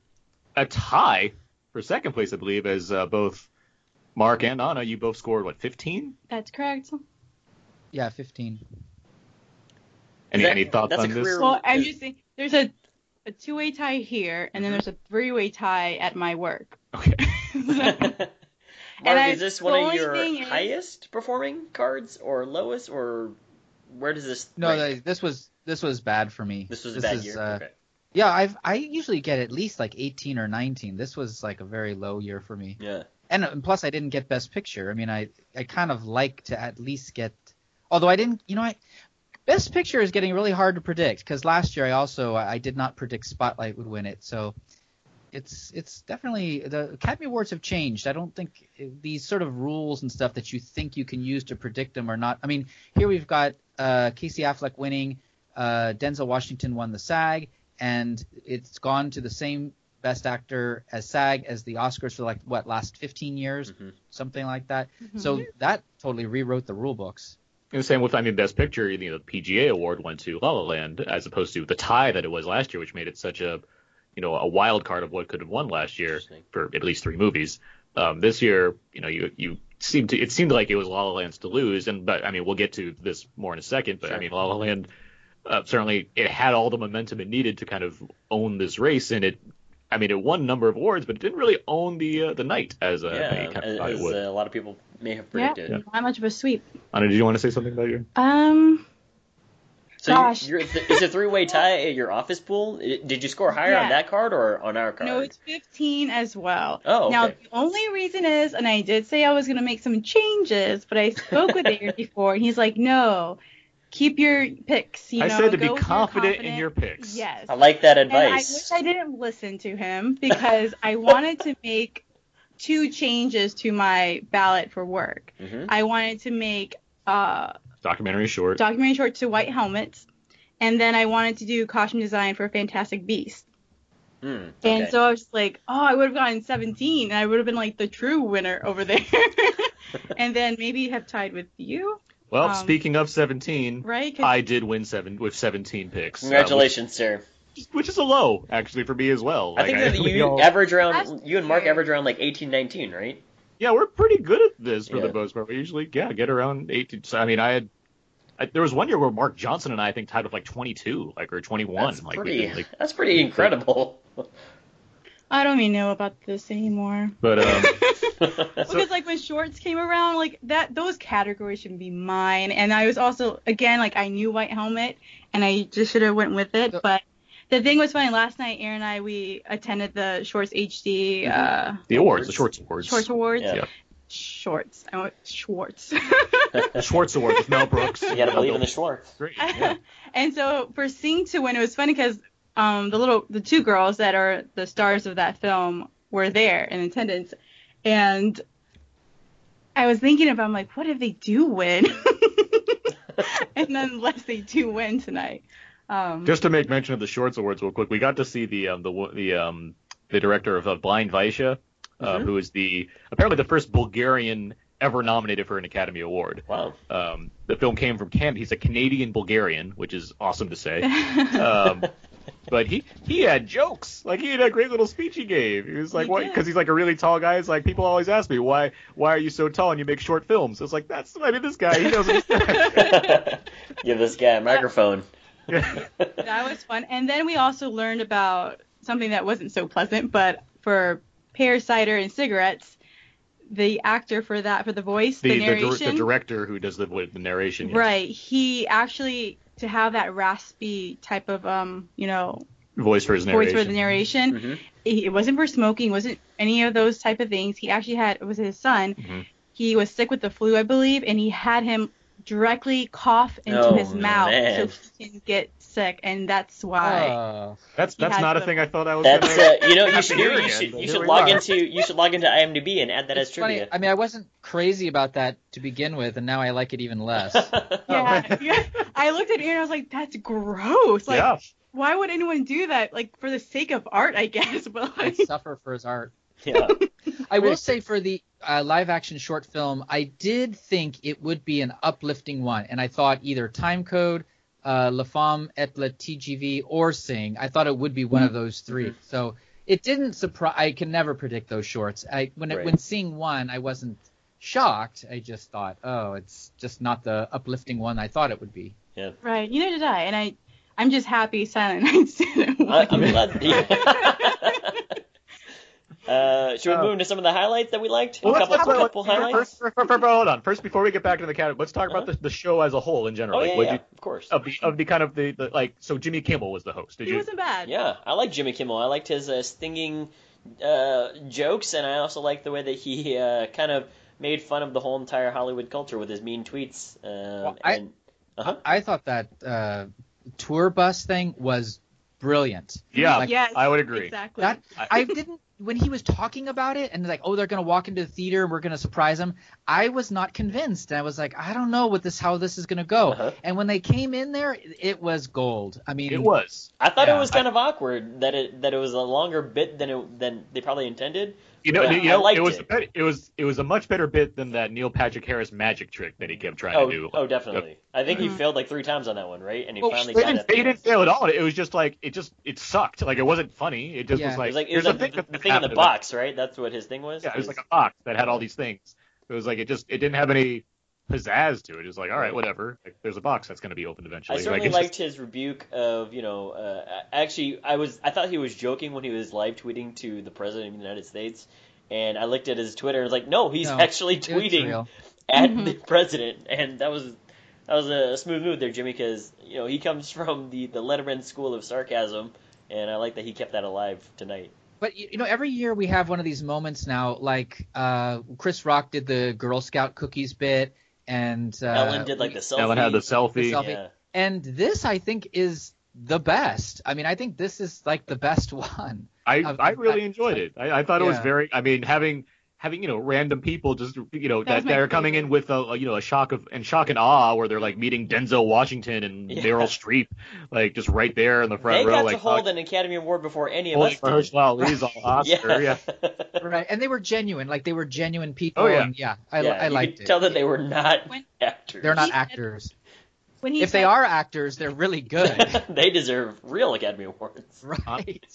[SPEAKER 1] a tie for second place, I believe, as uh, both Mark and Anna, you both scored what 15?
[SPEAKER 4] That's correct.
[SPEAKER 3] Yeah, fifteen.
[SPEAKER 1] Any,
[SPEAKER 2] that-
[SPEAKER 1] any thoughts
[SPEAKER 2] that's a
[SPEAKER 1] on this?
[SPEAKER 2] career-
[SPEAKER 4] Well, I'm just saying there's a a two way tie here, and
[SPEAKER 2] Mm-hmm.
[SPEAKER 4] then there's a three way tie at my work.
[SPEAKER 1] Okay.
[SPEAKER 4] So-
[SPEAKER 2] Mark,
[SPEAKER 4] I-
[SPEAKER 2] is this
[SPEAKER 4] the
[SPEAKER 2] one of
[SPEAKER 4] only
[SPEAKER 2] your
[SPEAKER 4] thing is-
[SPEAKER 2] highest performing cards or lowest or where does this?
[SPEAKER 3] No,
[SPEAKER 2] rank?
[SPEAKER 3] th- this was this was bad for me.
[SPEAKER 2] this was a bad
[SPEAKER 3] is,
[SPEAKER 2] year.
[SPEAKER 3] uh,
[SPEAKER 2] okay.
[SPEAKER 3] Yeah, I've I usually get at least like eighteen or nineteen. This was like a very low year for me.
[SPEAKER 2] Yeah.
[SPEAKER 3] and, and plus I didn't get best picture. I mean, I I kind of like to at least get, although I didn't, you know, I best picture is getting really hard to predict because last year I also I did not predict Spotlight would win it, so it's it's definitely the Academy Awards have changed. I don't think these sort of rules and stuff that you think you can use to predict them are not. I mean, here we've got uh, Casey Affleck winning, uh, Denzel Washington won the SAG, and it's gone to the same Best Actor as SAG as the Oscars for like what last 15 years,
[SPEAKER 2] Mhm.
[SPEAKER 3] something like that.
[SPEAKER 2] Mm-hmm.
[SPEAKER 3] So that totally rewrote the rule books.
[SPEAKER 1] And the same with I mean, Best Picture, you know, the PGA award went to La La Land as opposed to the tie that it was last year, which made it such a, you know, a wild card of what could have won last year
[SPEAKER 2] Interesting.
[SPEAKER 1] for at least three movies. Um, this year, you know, you you seemed to it seemed like it was La La Land's to lose, and but I mean, we'll get to this more in a second. But
[SPEAKER 2] Sure.
[SPEAKER 1] I mean, La La Land uh, certainly it had all the momentum it needed to kind of own this race, and it. I mean, it won a number of awards, but it didn't really own the uh, the night as uh, I
[SPEAKER 2] yeah,
[SPEAKER 1] kind of
[SPEAKER 2] as,
[SPEAKER 1] thought it
[SPEAKER 2] as,
[SPEAKER 1] would.
[SPEAKER 2] uh, a lot of people may have
[SPEAKER 4] Yeah,
[SPEAKER 2] predicted.
[SPEAKER 4] not much of a sweep.
[SPEAKER 1] Anna, did you want to say something about your?
[SPEAKER 4] Um,
[SPEAKER 2] So you-
[SPEAKER 4] Gosh.
[SPEAKER 2] you're, th- it's a three-way tie at your office pool. I- Did you score higher on
[SPEAKER 4] Yeah.
[SPEAKER 2] that card or on our card?
[SPEAKER 4] No, it's 15 as well.
[SPEAKER 2] Oh, okay.
[SPEAKER 4] Now, the only reason is, and I did say I was going to make some changes, but I spoke with Aaron before, and he's like, no, keep your picks. You
[SPEAKER 1] I
[SPEAKER 4] know,
[SPEAKER 1] said to be
[SPEAKER 4] go with
[SPEAKER 1] confident,
[SPEAKER 4] your
[SPEAKER 1] in your picks.
[SPEAKER 4] Yes.
[SPEAKER 2] I like that
[SPEAKER 4] And I
[SPEAKER 2] advice.
[SPEAKER 4] wish I didn't listen to him because I wanted to make two changes to my ballot for work.
[SPEAKER 2] hmm
[SPEAKER 4] I wanted to make uh,
[SPEAKER 1] Documentary short.
[SPEAKER 4] documentary short to White Helmets, and then I wanted to do costume design for Fantastic Beasts.
[SPEAKER 2] Mm,
[SPEAKER 4] And
[SPEAKER 2] okay.
[SPEAKER 4] so I was just like, oh, I would have gotten 17, and I would have been like the true winner over there. and then maybe have tied with you,
[SPEAKER 1] well,
[SPEAKER 4] um,
[SPEAKER 1] speaking of 17,
[SPEAKER 4] right? 'Cause-
[SPEAKER 1] I did win seven with 17 picks. uh, which-
[SPEAKER 2] Congratulations, sir.
[SPEAKER 1] which is a low actually for me as well.
[SPEAKER 2] I think
[SPEAKER 1] Like,
[SPEAKER 2] that
[SPEAKER 1] we
[SPEAKER 2] you
[SPEAKER 1] all-
[SPEAKER 2] average around
[SPEAKER 4] That's
[SPEAKER 2] you and Mark
[SPEAKER 4] fair.
[SPEAKER 2] average around like 18, 19, right?
[SPEAKER 1] yeah, we're pretty good at this for
[SPEAKER 2] Yeah.
[SPEAKER 1] the most part. We usually yeah get around 18. So, I mean, I had I, there was one year where Mark Johnson and I, I think tied with like 22, like or 21.
[SPEAKER 2] That's
[SPEAKER 1] like, we
[SPEAKER 2] pretty.
[SPEAKER 1] did, like-
[SPEAKER 2] that's pretty incredible.
[SPEAKER 4] I don't even know about this anymore.
[SPEAKER 1] but um,
[SPEAKER 4] because like when shorts came around, like that those categories should be mine. And I was also again like I knew White Helmet, and I just should have went with it.
[SPEAKER 3] So-
[SPEAKER 4] But the thing was funny. Last night, Aaron and I we attended the Shorts HD uh,
[SPEAKER 1] the awards, the Shorts awards,
[SPEAKER 4] Shorts Awards.
[SPEAKER 2] Yeah.
[SPEAKER 4] Shorts. I went Schwartz.
[SPEAKER 1] the Schwartz awards with Mel Brooks.
[SPEAKER 2] you gotta believe in the Schwartz.
[SPEAKER 1] Great, yeah.
[SPEAKER 4] and so for Sing to win, it was funny because um, the little the two girls that are the stars of that film were there in attendance, and I was thinking about I'm like, what if they do win? and then unless they do win tonight, um,
[SPEAKER 1] Just to make mention of the Shorts Awards real quick, we got to see the um, the wo- the um, the director of uh, Blind Vaisha, uh,
[SPEAKER 4] Mm-hmm.
[SPEAKER 2] Mhm.
[SPEAKER 1] who is the apparently the first Bulgarian ever nominated for an Academy Award.
[SPEAKER 2] Wow.
[SPEAKER 1] Um, the film came from Canada. He's a Canadian Bulgarian, which is awesome to say. Um, but he he had jokes. Like he had a great little speech he gave. He was like,
[SPEAKER 4] He
[SPEAKER 1] "Why?"
[SPEAKER 4] did.
[SPEAKER 1] Because he's like a really tall guy. It's like people always ask me, "Why why are you so tall and you make short films?" It's like that's I mean this guy he knows what he's doing.
[SPEAKER 2] Give this guy a microphone.
[SPEAKER 1] Yeah.
[SPEAKER 4] that was fun. And then we also learned about something that wasn't so pleasant, but for pear cider and cigarettes, the actor for that for the voice, the,
[SPEAKER 1] The, the, dir-
[SPEAKER 4] narration,
[SPEAKER 1] the director who does the the narration. yeah.
[SPEAKER 4] Right. He actually to have that raspy type of um, you know,
[SPEAKER 1] Voice for his narration.
[SPEAKER 4] voice for the narration.
[SPEAKER 2] Mhm.
[SPEAKER 4] It it wasn't for smoking, wasn't any of those type of things. He actually had it was his son.
[SPEAKER 1] Mhm.
[SPEAKER 4] He was sick with the flu, I believe, and he had him directly cough into
[SPEAKER 2] Oh,
[SPEAKER 4] his mouth
[SPEAKER 2] man.
[SPEAKER 4] so he can get sick, and that's why.
[SPEAKER 3] Oh.
[SPEAKER 1] That's
[SPEAKER 4] He
[SPEAKER 1] that's
[SPEAKER 4] has
[SPEAKER 1] not a
[SPEAKER 4] the-
[SPEAKER 1] thing I thought I was
[SPEAKER 2] That's
[SPEAKER 1] gonna.
[SPEAKER 2] uh, you know you
[SPEAKER 1] Happy
[SPEAKER 2] should
[SPEAKER 1] New
[SPEAKER 2] do it.
[SPEAKER 1] Year,
[SPEAKER 2] you should
[SPEAKER 1] but
[SPEAKER 2] you
[SPEAKER 1] here
[SPEAKER 2] should
[SPEAKER 1] we
[SPEAKER 2] log
[SPEAKER 1] are.
[SPEAKER 2] into you should log into IMDb and add that as
[SPEAKER 3] It's funny,
[SPEAKER 2] trivia.
[SPEAKER 3] I mean, I wasn't crazy about that to begin with, and now I like it even less.
[SPEAKER 4] Yeah, yeah. I looked at Aaron, I was like, "That's gross. Like,
[SPEAKER 1] yeah.
[SPEAKER 4] why would anyone do that? Like, for the sake of art, I guess." But
[SPEAKER 3] I
[SPEAKER 4] like,
[SPEAKER 3] suffer for his art.
[SPEAKER 2] yeah.
[SPEAKER 3] I will
[SPEAKER 2] Right.
[SPEAKER 3] say for the uh, live action short film, I did think it would be an uplifting one, and I thought either Time Code, uh, La Femme et la TGV, or Sing. I thought it would be one of those 3 So it didn't surprise. I can never predict those shorts. I when
[SPEAKER 2] Right.
[SPEAKER 3] it, when Sing won, I wasn't shocked. I just thought, oh, it's just not the uplifting one I thought it would be.
[SPEAKER 4] Right, neither did I, and I, I'm just happy Silent Night didn't
[SPEAKER 2] I, I'm
[SPEAKER 4] win.
[SPEAKER 2] glad. uh, should we
[SPEAKER 1] Uh,
[SPEAKER 2] move into some of the highlights that we liked?
[SPEAKER 1] Well,
[SPEAKER 2] a
[SPEAKER 1] let's,
[SPEAKER 2] couple,
[SPEAKER 1] let's, let's,
[SPEAKER 2] couple highlights.
[SPEAKER 1] first, first- first- first- hold on. First, before we get back into the category, let's talk about
[SPEAKER 2] Uh-huh.
[SPEAKER 1] the, the show as a whole in general.
[SPEAKER 2] oh
[SPEAKER 1] like,
[SPEAKER 2] yeah,
[SPEAKER 1] what
[SPEAKER 2] yeah,
[SPEAKER 1] you,
[SPEAKER 2] of course.
[SPEAKER 1] of the of the kind of the, the like. So Jimmy Kimmel was the host. Did
[SPEAKER 4] He
[SPEAKER 1] you?
[SPEAKER 4] wasn't bad.
[SPEAKER 2] Yeah, I like Jimmy Kimmel. I liked his uh, stinging uh, jokes, and I also liked the way that he uh, kind of made fun of the whole entire Hollywood culture with his mean tweets. Um,
[SPEAKER 3] Well, I-
[SPEAKER 2] and, uh-huh.
[SPEAKER 3] I thought that uh, tour bus thing was brilliant.
[SPEAKER 1] yeah,
[SPEAKER 3] Like,
[SPEAKER 4] yes,
[SPEAKER 1] I would agree.
[SPEAKER 4] Exactly.
[SPEAKER 3] That
[SPEAKER 1] I-
[SPEAKER 3] I didn't when he was talking about it and like, oh, they're gonna walk into the theater and we're gonna surprise them. I was not convinced, and I was like, I don't know what this how this is gonna go.
[SPEAKER 2] Uh-huh.
[SPEAKER 3] And when they came in there, it was gold. I mean,
[SPEAKER 1] It was.
[SPEAKER 2] I thought it
[SPEAKER 3] Yeah,
[SPEAKER 2] was kind of awkward that it that it was a longer bit than it than they probably intended.
[SPEAKER 1] You know,
[SPEAKER 2] Yeah,
[SPEAKER 1] you
[SPEAKER 2] I
[SPEAKER 1] know
[SPEAKER 2] liked
[SPEAKER 1] it was
[SPEAKER 2] it.
[SPEAKER 1] a bet- it was it was a much better bit than that Neil Patrick Harris magic trick that he kept trying
[SPEAKER 2] Oh,
[SPEAKER 1] to do.
[SPEAKER 2] oh, definitely. I think he
[SPEAKER 4] Mhm.
[SPEAKER 2] failed like three times on that one, right? And he
[SPEAKER 1] Mm-hmm. Well,
[SPEAKER 2] finally
[SPEAKER 1] they,
[SPEAKER 2] got
[SPEAKER 1] didn't,
[SPEAKER 2] it.
[SPEAKER 1] they didn't fail at all. It was just like it just it sucked. Like it wasn't funny. It just was
[SPEAKER 3] Yeah. It
[SPEAKER 1] like
[SPEAKER 2] It was like it
[SPEAKER 1] here's
[SPEAKER 2] was like
[SPEAKER 1] a thing
[SPEAKER 2] the, the
[SPEAKER 1] that's
[SPEAKER 2] thing in the
[SPEAKER 1] happening.
[SPEAKER 2] box, right? That's what his thing was.
[SPEAKER 1] Yeah, it was like a box that had all these things. It was like it just it didn't have any pizzazz to it. It was like all right, whatever. Like, there's a box that's going to be opened
[SPEAKER 2] I
[SPEAKER 1] eventually.
[SPEAKER 2] certainly
[SPEAKER 1] like, it's
[SPEAKER 2] liked his rebuke of you know. Uh, actually, I was I thought he was joking when he was live tweeting to the president of the United States, and I looked at his Twitter and was like, no, he's
[SPEAKER 3] No,
[SPEAKER 2] actually
[SPEAKER 3] it was
[SPEAKER 1] Mm-hmm.
[SPEAKER 2] tweeting
[SPEAKER 3] real.
[SPEAKER 2] at
[SPEAKER 4] Mhm.
[SPEAKER 2] the president, and that was that was a smooth move there, Jimmy, because you know he comes from the the Letterman school of sarcasm, and I like that he kept that alive tonight.
[SPEAKER 3] But you you know, every year we have one of these moments now. Like uh, Chris Rock did the Girl Scout cookies bit, and uh,
[SPEAKER 2] Ellen did like the selfie.
[SPEAKER 1] Ellen had the
[SPEAKER 3] the
[SPEAKER 1] selfie.
[SPEAKER 3] selfie.
[SPEAKER 2] Yeah.
[SPEAKER 3] And this, I think, is the best. I mean, I think this is like the best one.
[SPEAKER 1] I,
[SPEAKER 3] Of-
[SPEAKER 1] I really
[SPEAKER 3] I-
[SPEAKER 1] enjoyed it. I, I thought it was
[SPEAKER 3] Yeah.
[SPEAKER 1] very. I mean, having having you know random people just you know
[SPEAKER 4] That was
[SPEAKER 1] that,
[SPEAKER 4] my
[SPEAKER 1] that are coming in
[SPEAKER 4] favorite.
[SPEAKER 1] with a, a, you know a shock of and shock and awe where they're like meeting Denzel Washington and
[SPEAKER 2] Yeah.
[SPEAKER 1] Meryl Streep like just right there in the front
[SPEAKER 2] They
[SPEAKER 1] row
[SPEAKER 2] got
[SPEAKER 1] like
[SPEAKER 2] to hold an Academy Award before any of
[SPEAKER 1] holding
[SPEAKER 2] us. did.
[SPEAKER 1] Mahershala Ali's Oscar. Yeah.
[SPEAKER 3] Right. And they were genuine. Like they were genuine people.
[SPEAKER 1] Oh, yeah.
[SPEAKER 3] And yeah, I,
[SPEAKER 2] Yeah,
[SPEAKER 3] I
[SPEAKER 2] you
[SPEAKER 3] liked
[SPEAKER 2] could
[SPEAKER 3] it.
[SPEAKER 2] Tell that they were not
[SPEAKER 4] When-
[SPEAKER 2] actors.
[SPEAKER 3] They're not
[SPEAKER 4] He said-
[SPEAKER 3] actors.
[SPEAKER 4] When he
[SPEAKER 3] If they
[SPEAKER 4] said-
[SPEAKER 3] are actors, they're really good.
[SPEAKER 2] they deserve real Academy Awards.
[SPEAKER 3] right.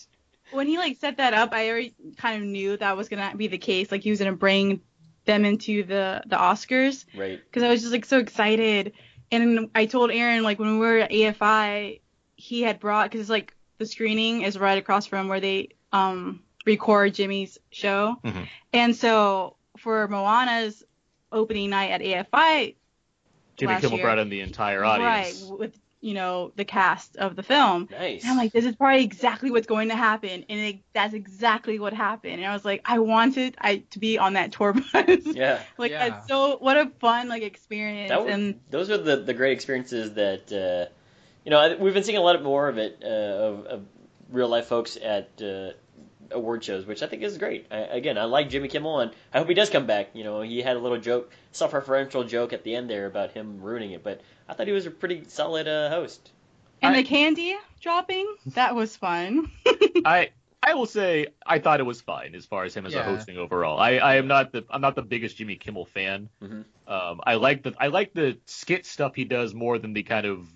[SPEAKER 4] when he like set that up, I already kind of knew that was gonna be the case. Like he was gonna bring them into the the Oscars
[SPEAKER 2] Right.
[SPEAKER 4] because I was just like so excited. And I told Aaron like when we were at AFI, he had brought because like the screening is right across from where they um record Jimmy's show,
[SPEAKER 1] Mhm.
[SPEAKER 4] and so for Moana's opening night at AFI,
[SPEAKER 1] Jimmy
[SPEAKER 4] Last
[SPEAKER 1] Kimmel
[SPEAKER 4] year.
[SPEAKER 1] brought in the entire
[SPEAKER 4] right
[SPEAKER 1] audience.
[SPEAKER 4] with you know the cast of the film.
[SPEAKER 2] Nice.
[SPEAKER 4] And I'm like, this is probably exactly what's going to happen, and it, that's exactly what happened. And I was like, I wanted I to be on that tour bus.
[SPEAKER 2] yeah.
[SPEAKER 4] like
[SPEAKER 3] Yeah.
[SPEAKER 4] that's so what a fun like experience.
[SPEAKER 2] That was,
[SPEAKER 4] and
[SPEAKER 2] those are the, the great experiences that uh, you know I- we've been seeing a lot more of it uh, of, of real life folks at uh, award shows, which I think is great. I, again, I like Jimmy Kimmel, and I hope he does come back. You know, he had a little joke, self referential joke at the end there about him ruining it, but I thought he was a pretty solid uh, host.
[SPEAKER 4] and
[SPEAKER 1] I-
[SPEAKER 4] the candy dropping that was fun.
[SPEAKER 1] I I will say I thought it was fine as far as him as
[SPEAKER 3] Yeah.
[SPEAKER 1] a hosting overall. I, I am not the I'm not the biggest Jimmy Kimmel fan.
[SPEAKER 2] Mhm.
[SPEAKER 1] Um, I like the I like the skit stuff he does more than the kind of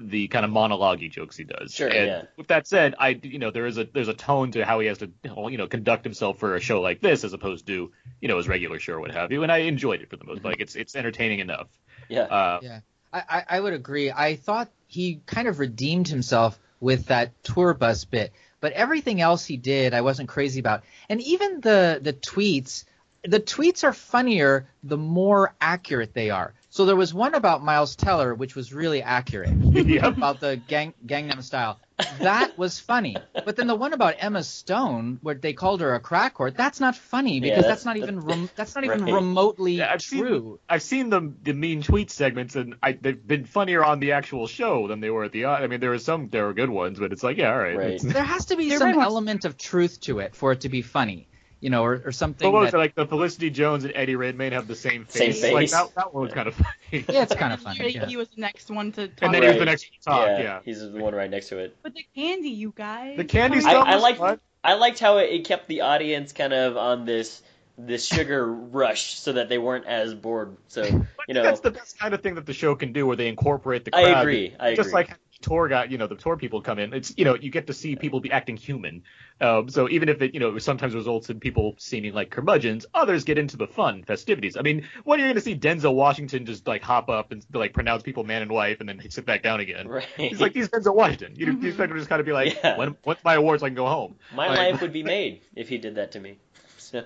[SPEAKER 1] the kind of monologue jokes he does.
[SPEAKER 2] Sure,
[SPEAKER 1] And
[SPEAKER 2] yeah.
[SPEAKER 1] with that said, I you know there is a there's a tone to how he has to you know conduct himself for a show like this as opposed to you know his regular show or what have you. And I enjoyed it for the most
[SPEAKER 2] Mm-hmm.
[SPEAKER 1] part. Like it's it's entertaining enough.
[SPEAKER 2] Yeah.
[SPEAKER 1] Uh,
[SPEAKER 3] Yeah. I, I, I would agree. I thought he kind of redeemed himself with that tour bus bit, but everything else he did, I wasn't crazy about. And even the the tweets, the tweets are funnier the more accurate they are. So there was one about Miles Teller, which was really accurate
[SPEAKER 1] yep.
[SPEAKER 3] about the gang, Gangnam Style. That was funny. But then the one about Emma Stone, where they called her a crack whore, that's not funny
[SPEAKER 2] Yeah,
[SPEAKER 3] because
[SPEAKER 2] that's-
[SPEAKER 3] that's, not even rem- that's not even
[SPEAKER 2] Right.
[SPEAKER 3] remotely
[SPEAKER 1] Yeah, I've seen-
[SPEAKER 3] true.
[SPEAKER 1] I've seen the the mean tweet segments, and I, they've been funnier on the actual show than they were at the. I mean, there were some there were good ones, but it's like, yeah, all right.
[SPEAKER 2] Right.
[SPEAKER 1] It's-
[SPEAKER 3] there has to be
[SPEAKER 4] There
[SPEAKER 3] some
[SPEAKER 4] really has-
[SPEAKER 3] element of truth to it for it to be funny, you know, or, or something.
[SPEAKER 1] But what was
[SPEAKER 3] that-
[SPEAKER 1] it like? The Felicity Jones and Eddie Redmayne have the same
[SPEAKER 2] Same
[SPEAKER 1] face. Like
[SPEAKER 2] face.
[SPEAKER 1] that, that one was kind of funny.
[SPEAKER 3] yeah, it's kind of funny.
[SPEAKER 4] Like,
[SPEAKER 3] yeah.
[SPEAKER 4] He was the next one to talk.
[SPEAKER 1] And then
[SPEAKER 2] Right.
[SPEAKER 1] here's the next talk. Yeah.
[SPEAKER 2] He's the one right next to it.
[SPEAKER 4] But the candy, you guys.
[SPEAKER 1] The candy
[SPEAKER 4] Come
[SPEAKER 2] I,
[SPEAKER 1] stuff
[SPEAKER 4] on.
[SPEAKER 2] I
[SPEAKER 1] was
[SPEAKER 2] liked
[SPEAKER 1] fun.
[SPEAKER 2] I liked how it, it kept the audience kind of on this this sugar rush so that they weren't as bored. So
[SPEAKER 1] But
[SPEAKER 2] you know,
[SPEAKER 1] that's the best kind of thing that the show can do, where they incorporate the
[SPEAKER 2] I
[SPEAKER 1] crowd.
[SPEAKER 2] agree, I
[SPEAKER 1] Just
[SPEAKER 2] agree.
[SPEAKER 1] like the tour guy, you know, the tour people come in. It's you know, you get to see people be acting human. Um, so even if it, you know, sometimes results in people seeming like curmudgeons, others get into the fun festivities. I mean, when are you going to see Denzel Washington just like hop up and like pronounce people man and wife, and then sit back down again?
[SPEAKER 2] right? Mm-hmm.
[SPEAKER 1] He's like, he's Denzel Washington. You,
[SPEAKER 4] Mhm.
[SPEAKER 1] you expect him to just kind of be like,
[SPEAKER 2] Yeah.
[SPEAKER 1] when, what's my awards? I can go home.
[SPEAKER 2] my
[SPEAKER 1] like-
[SPEAKER 2] life would be made if he did that to me. So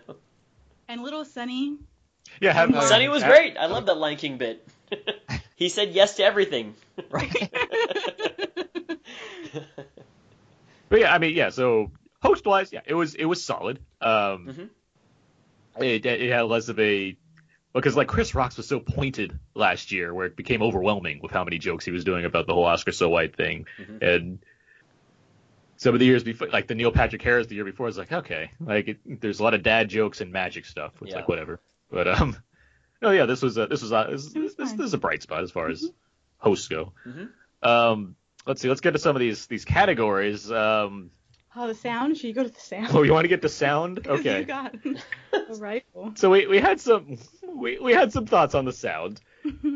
[SPEAKER 4] and little Sunny.
[SPEAKER 1] Yeah, have, uh,
[SPEAKER 4] Oh,
[SPEAKER 2] Sonny was
[SPEAKER 1] have-
[SPEAKER 2] great. I love that Lion King bit. he said yes to everything.
[SPEAKER 3] Right.
[SPEAKER 1] But yeah, I mean, yeah. So host wise, yeah, it was it was solid. Um,
[SPEAKER 2] Mhm.
[SPEAKER 1] it, it had less of a because like Chris Rock's was so pointed last year, where it became overwhelming with how many jokes he was doing about the whole Oscar so white thing,
[SPEAKER 2] Mhm.
[SPEAKER 1] and some of the years before, like the Neil Patrick Harris the year before, is like okay, like it, there's a lot of dad jokes and magic stuff, which
[SPEAKER 2] Yeah.
[SPEAKER 1] like whatever. But um, no, yeah, this was a, this was a, this,
[SPEAKER 4] It
[SPEAKER 1] this,
[SPEAKER 4] was fine. Mm-hmm.
[SPEAKER 1] this is a bright spot as far as hosts go.
[SPEAKER 2] Mhm.
[SPEAKER 1] Um, let's see, let's get to some of these these categories. Um,
[SPEAKER 4] Oh, the sound. Should you go to the sound?
[SPEAKER 1] Oh, you want to get the sound?
[SPEAKER 4] 'Cause You
[SPEAKER 1] Okay.
[SPEAKER 4] got a rifle.
[SPEAKER 1] So we, we had some we, we had some thoughts on the sound.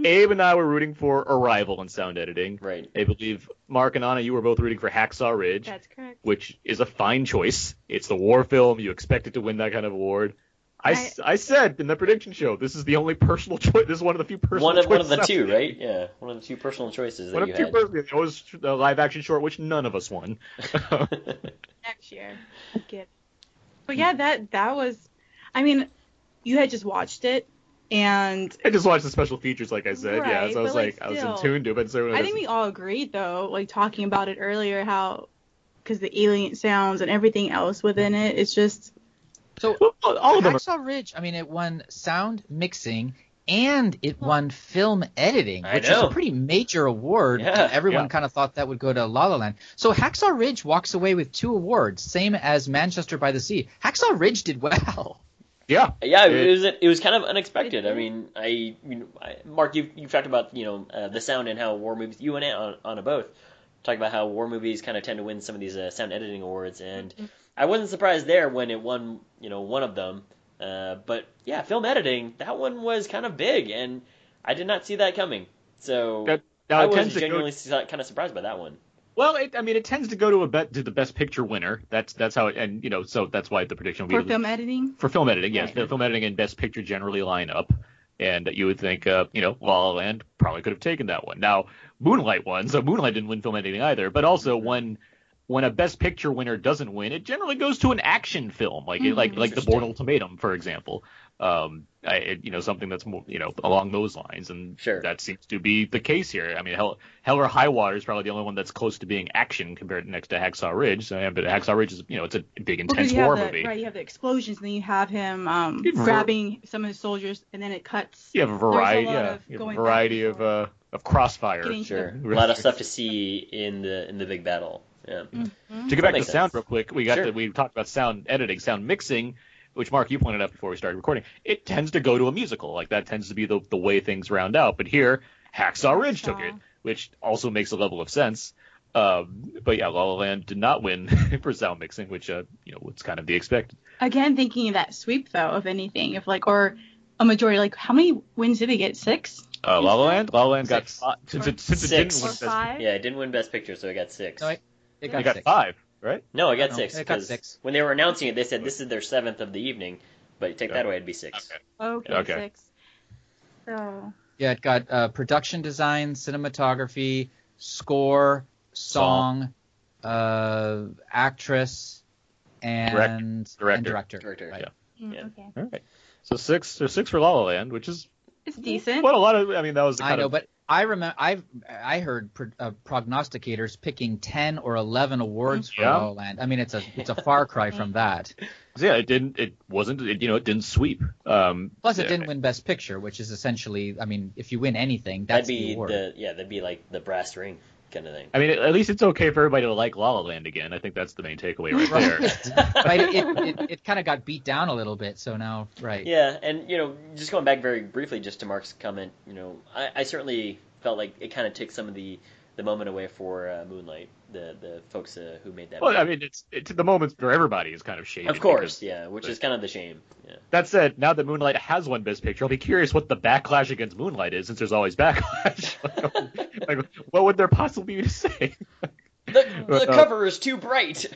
[SPEAKER 1] Abe and I were rooting for Arrival in sound editing.
[SPEAKER 2] Right.
[SPEAKER 1] I believe Mark and Anna, you were both rooting for Hacksaw Ridge,
[SPEAKER 4] That's correct.
[SPEAKER 1] which is a fine choice. It's the war film. You expect it to win that kind of award. I, s- I said in the prediction show, this is the only personal choice. This is one of the few personal
[SPEAKER 2] One of one of
[SPEAKER 1] choices
[SPEAKER 2] the
[SPEAKER 1] out
[SPEAKER 2] two,
[SPEAKER 1] there.
[SPEAKER 2] right? Yeah, one of the two personal choices
[SPEAKER 1] One
[SPEAKER 2] that
[SPEAKER 1] of
[SPEAKER 2] you
[SPEAKER 1] the two
[SPEAKER 2] had.
[SPEAKER 1] personal. It was a live action short, which none of us won.
[SPEAKER 4] next year. Get. But yeah, that that was. I mean, you had just watched it, And
[SPEAKER 1] I just watched the special features, like I said. yeah,
[SPEAKER 4] Right,
[SPEAKER 1] so I was
[SPEAKER 4] but, like,
[SPEAKER 1] like, I was in
[SPEAKER 4] still,
[SPEAKER 1] tune to it. But so
[SPEAKER 4] I think we all agreed though, like talking about it earlier, how because the alien sounds and everything else within it, it's just
[SPEAKER 3] So
[SPEAKER 1] Well, all of them. Are,
[SPEAKER 3] Hacksaw Ridge, I mean, it won sound mixing and it won film editing,
[SPEAKER 2] I
[SPEAKER 3] which is a
[SPEAKER 2] know.
[SPEAKER 3] pretty major award.
[SPEAKER 2] Yeah,
[SPEAKER 3] and everyone
[SPEAKER 1] yeah.
[SPEAKER 3] kind of thought that would go to La La Land. So Hacksaw Ridge walks away with two awards, same as Manchester by the Sea. Hacksaw Ridge did well.
[SPEAKER 1] yeah,
[SPEAKER 2] Yeah, it,
[SPEAKER 1] It-
[SPEAKER 2] was it was kind of unexpected. I mean, I, you know, I Mark, you you talked about you know uh, the sound and how war movies you and Anna on, on a both talked about how war movies kind of tend to win some of these uh, sound editing awards, and I wasn't surprised there when it won you know one of them. Uh, but yeah, film editing that one was kind of big, and I did not see that coming. So
[SPEAKER 1] That- now
[SPEAKER 2] I
[SPEAKER 1] it
[SPEAKER 2] was
[SPEAKER 1] tends to go
[SPEAKER 2] genuinely kind of surprised by that one.
[SPEAKER 1] Well, it, I mean, it tends to go to a bet to the best picture winner. That's that's how, it, and you know, so that's why the prediction will
[SPEAKER 4] for
[SPEAKER 1] be
[SPEAKER 4] film editing.
[SPEAKER 1] for film editing. Yes,
[SPEAKER 2] Right.
[SPEAKER 1] film editing and best picture generally line up, and you would think, uh, you know, La La Land probably could have taken that one. Now, Moonlight won, so Moonlight didn't win film editing either. But also,
[SPEAKER 2] Mm-hmm.
[SPEAKER 1] when when a best picture winner doesn't win, it generally goes to an action film, like
[SPEAKER 4] Mhm.
[SPEAKER 1] like like the
[SPEAKER 2] Mm-hmm. Interesting.
[SPEAKER 1] Bourne Ultimatum, for example. Um, I, it- you know, something that's more, you know, along those lines, and
[SPEAKER 2] Sure.
[SPEAKER 1] that seems to be the case here. I mean, Hell, Hell or High Water is probably the only one that's close to being action compared next to Hacksaw Ridge. So, yeah, but Hacksaw Ridge is, you know, it's a big, intense
[SPEAKER 4] Because you have
[SPEAKER 1] war
[SPEAKER 4] the,
[SPEAKER 1] movie.
[SPEAKER 4] Right, you have the explosions, and then you have him um,
[SPEAKER 1] Good for-
[SPEAKER 4] grabbing some of his soldiers, and then it cuts.
[SPEAKER 1] You have a variety,
[SPEAKER 4] lot
[SPEAKER 1] yeah,
[SPEAKER 4] of
[SPEAKER 1] you have
[SPEAKER 4] going
[SPEAKER 1] a
[SPEAKER 4] back
[SPEAKER 1] variety
[SPEAKER 4] and
[SPEAKER 1] of uh, of crossfire.
[SPEAKER 4] Getting-
[SPEAKER 2] Sure,
[SPEAKER 1] Sure.
[SPEAKER 2] a lot of stuff to see in the in the big battle. Yeah.
[SPEAKER 1] To get back to
[SPEAKER 2] makes
[SPEAKER 1] sound
[SPEAKER 2] sense.
[SPEAKER 1] real quick, we got
[SPEAKER 2] Sure.
[SPEAKER 1] that we talked about sound editing, sound mixing, which Mark you pointed out before we started recording. It tends to go to a musical, like that tends to be the the way things round out. But here, Hacksaw Ridge took it,
[SPEAKER 4] Hacksaw.
[SPEAKER 1] which also makes a level of sense. Um, but yeah, La La Land did not win for sound mixing, which uh, you know was kind of the expected.
[SPEAKER 4] Again, thinking of that sweep though, of anything, if like or a majority, like how many wins did they get? Six
[SPEAKER 1] Uh, La La Land, La La Land got
[SPEAKER 3] Six.
[SPEAKER 1] fi- since it, since it
[SPEAKER 2] Six.
[SPEAKER 1] didn't
[SPEAKER 4] or
[SPEAKER 1] win, Best Picture,
[SPEAKER 4] five?
[SPEAKER 2] Yeah, it didn't win Best Picture, so I got six.
[SPEAKER 3] No, it, it
[SPEAKER 1] it
[SPEAKER 3] got,
[SPEAKER 1] got
[SPEAKER 3] six.
[SPEAKER 1] five, right?
[SPEAKER 2] No, I got
[SPEAKER 3] No,
[SPEAKER 2] six
[SPEAKER 3] it got
[SPEAKER 2] because
[SPEAKER 3] six.
[SPEAKER 2] when they were announcing it, they said this is their seventh of the evening. But take
[SPEAKER 1] Yeah.
[SPEAKER 2] that away, it'd be six.
[SPEAKER 1] Okay.
[SPEAKER 4] Okay,
[SPEAKER 1] Okay.
[SPEAKER 4] six. So
[SPEAKER 3] Yeah, it got uh, production design, cinematography, score, song, uh, actress, and
[SPEAKER 1] Direct-
[SPEAKER 3] and
[SPEAKER 1] director.
[SPEAKER 3] director.
[SPEAKER 2] Director.
[SPEAKER 3] Right.
[SPEAKER 1] Yeah.
[SPEAKER 4] mm,
[SPEAKER 2] Yeah.
[SPEAKER 4] okay,
[SPEAKER 1] All right. So six, so six for La La Land, which is
[SPEAKER 4] it's decent.
[SPEAKER 1] Well, a lot of. I mean, that was the kind
[SPEAKER 3] I know,
[SPEAKER 1] of.
[SPEAKER 3] but I remember I I heard pro, uh, prognosticators picking ten or eleven awards for
[SPEAKER 1] Yeah.
[SPEAKER 3] La La Land. I mean, it's a it's a far cry from that.
[SPEAKER 1] yeah, it didn't. It wasn't. It, you know, it didn't sweep. Um,
[SPEAKER 3] Plus, it
[SPEAKER 1] yeah,
[SPEAKER 3] didn't win Best Picture, which is essentially, I mean, if you win anything,
[SPEAKER 2] That'd
[SPEAKER 3] that's the
[SPEAKER 2] be
[SPEAKER 3] award.
[SPEAKER 2] the yeah, that'd be like the brass ring kind of thing.
[SPEAKER 1] I mean, at least it's okay for everybody to like La La Land again. I think that's the main takeaway right
[SPEAKER 3] Right.
[SPEAKER 1] there.
[SPEAKER 3] But it it, it, it kind of got beat down a little bit, so now right.
[SPEAKER 2] Yeah, and you know, just going back very briefly, just to Mark's comment, you know, I, I certainly felt like it kind of took some of the the moment away for uh, Moonlight, the the folks uh, who made that.
[SPEAKER 1] well, I
[SPEAKER 2] movie.
[SPEAKER 1] mean, it's, it's the moment for everybody is kind of shady.
[SPEAKER 2] of course, yeah, which is kind of the shame. Yeah.
[SPEAKER 1] That said, now that Moonlight has won Best Picture, I'll be curious what the backlash against Moonlight is, since there's always backlash. like, like, what would there possibly be to say?
[SPEAKER 2] The, the
[SPEAKER 1] Uh,
[SPEAKER 2] cover is too bright.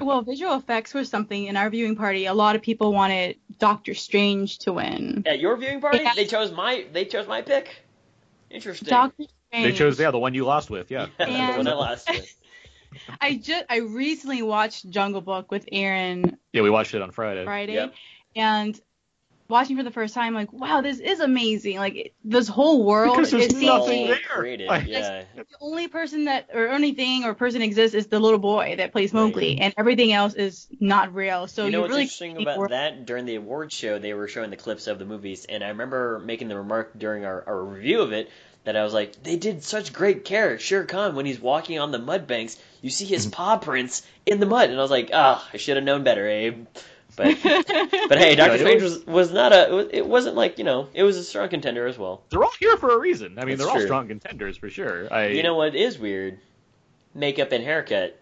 [SPEAKER 4] Well, visual effects were something in our viewing party. A lot of people wanted Doctor Strange to win.
[SPEAKER 2] At your viewing party,
[SPEAKER 4] Yeah.
[SPEAKER 2] they chose my they chose my pick. Interesting.
[SPEAKER 4] Doctor
[SPEAKER 1] They
[SPEAKER 4] Strange.
[SPEAKER 1] chose, yeah, the one you lost with, yeah.
[SPEAKER 2] the one I
[SPEAKER 4] And-
[SPEAKER 2] lost with.
[SPEAKER 4] I just I recently watched Jungle Book with Aaron
[SPEAKER 1] Yeah, we watched it on Friday.
[SPEAKER 4] Friday,
[SPEAKER 2] Yep.
[SPEAKER 4] and watching for the first time, like, wow, this is amazing. Like it, this whole world.
[SPEAKER 1] Because there's
[SPEAKER 4] it seems
[SPEAKER 1] nothing
[SPEAKER 4] like
[SPEAKER 1] there.
[SPEAKER 2] Created,
[SPEAKER 1] Like-
[SPEAKER 2] yeah.
[SPEAKER 4] the only person that or only thing or person exists is the little boy that plays Mowgli, and everything else is not real. So
[SPEAKER 2] you know what's
[SPEAKER 4] really
[SPEAKER 2] interesting about that? During the award show, they were showing the clips of the movies, and I remember making the remark during our, our review of it that I was like, they did such great care. Shere Khan, when he's walking on the mud banks, you see
[SPEAKER 1] Mm-hmm.
[SPEAKER 2] his paw prints in the mud, and I was like, ah, I should have known better, Abe. But but hey, Doctor
[SPEAKER 1] it
[SPEAKER 2] Strange was, was not a it wasn't like you know it was a strong contender as well.
[SPEAKER 1] They're all here for a reason. I mean,
[SPEAKER 2] That's
[SPEAKER 1] they're all
[SPEAKER 2] true.
[SPEAKER 1] strong contenders for sure. I,
[SPEAKER 2] You know what is weird? Makeup and haircut.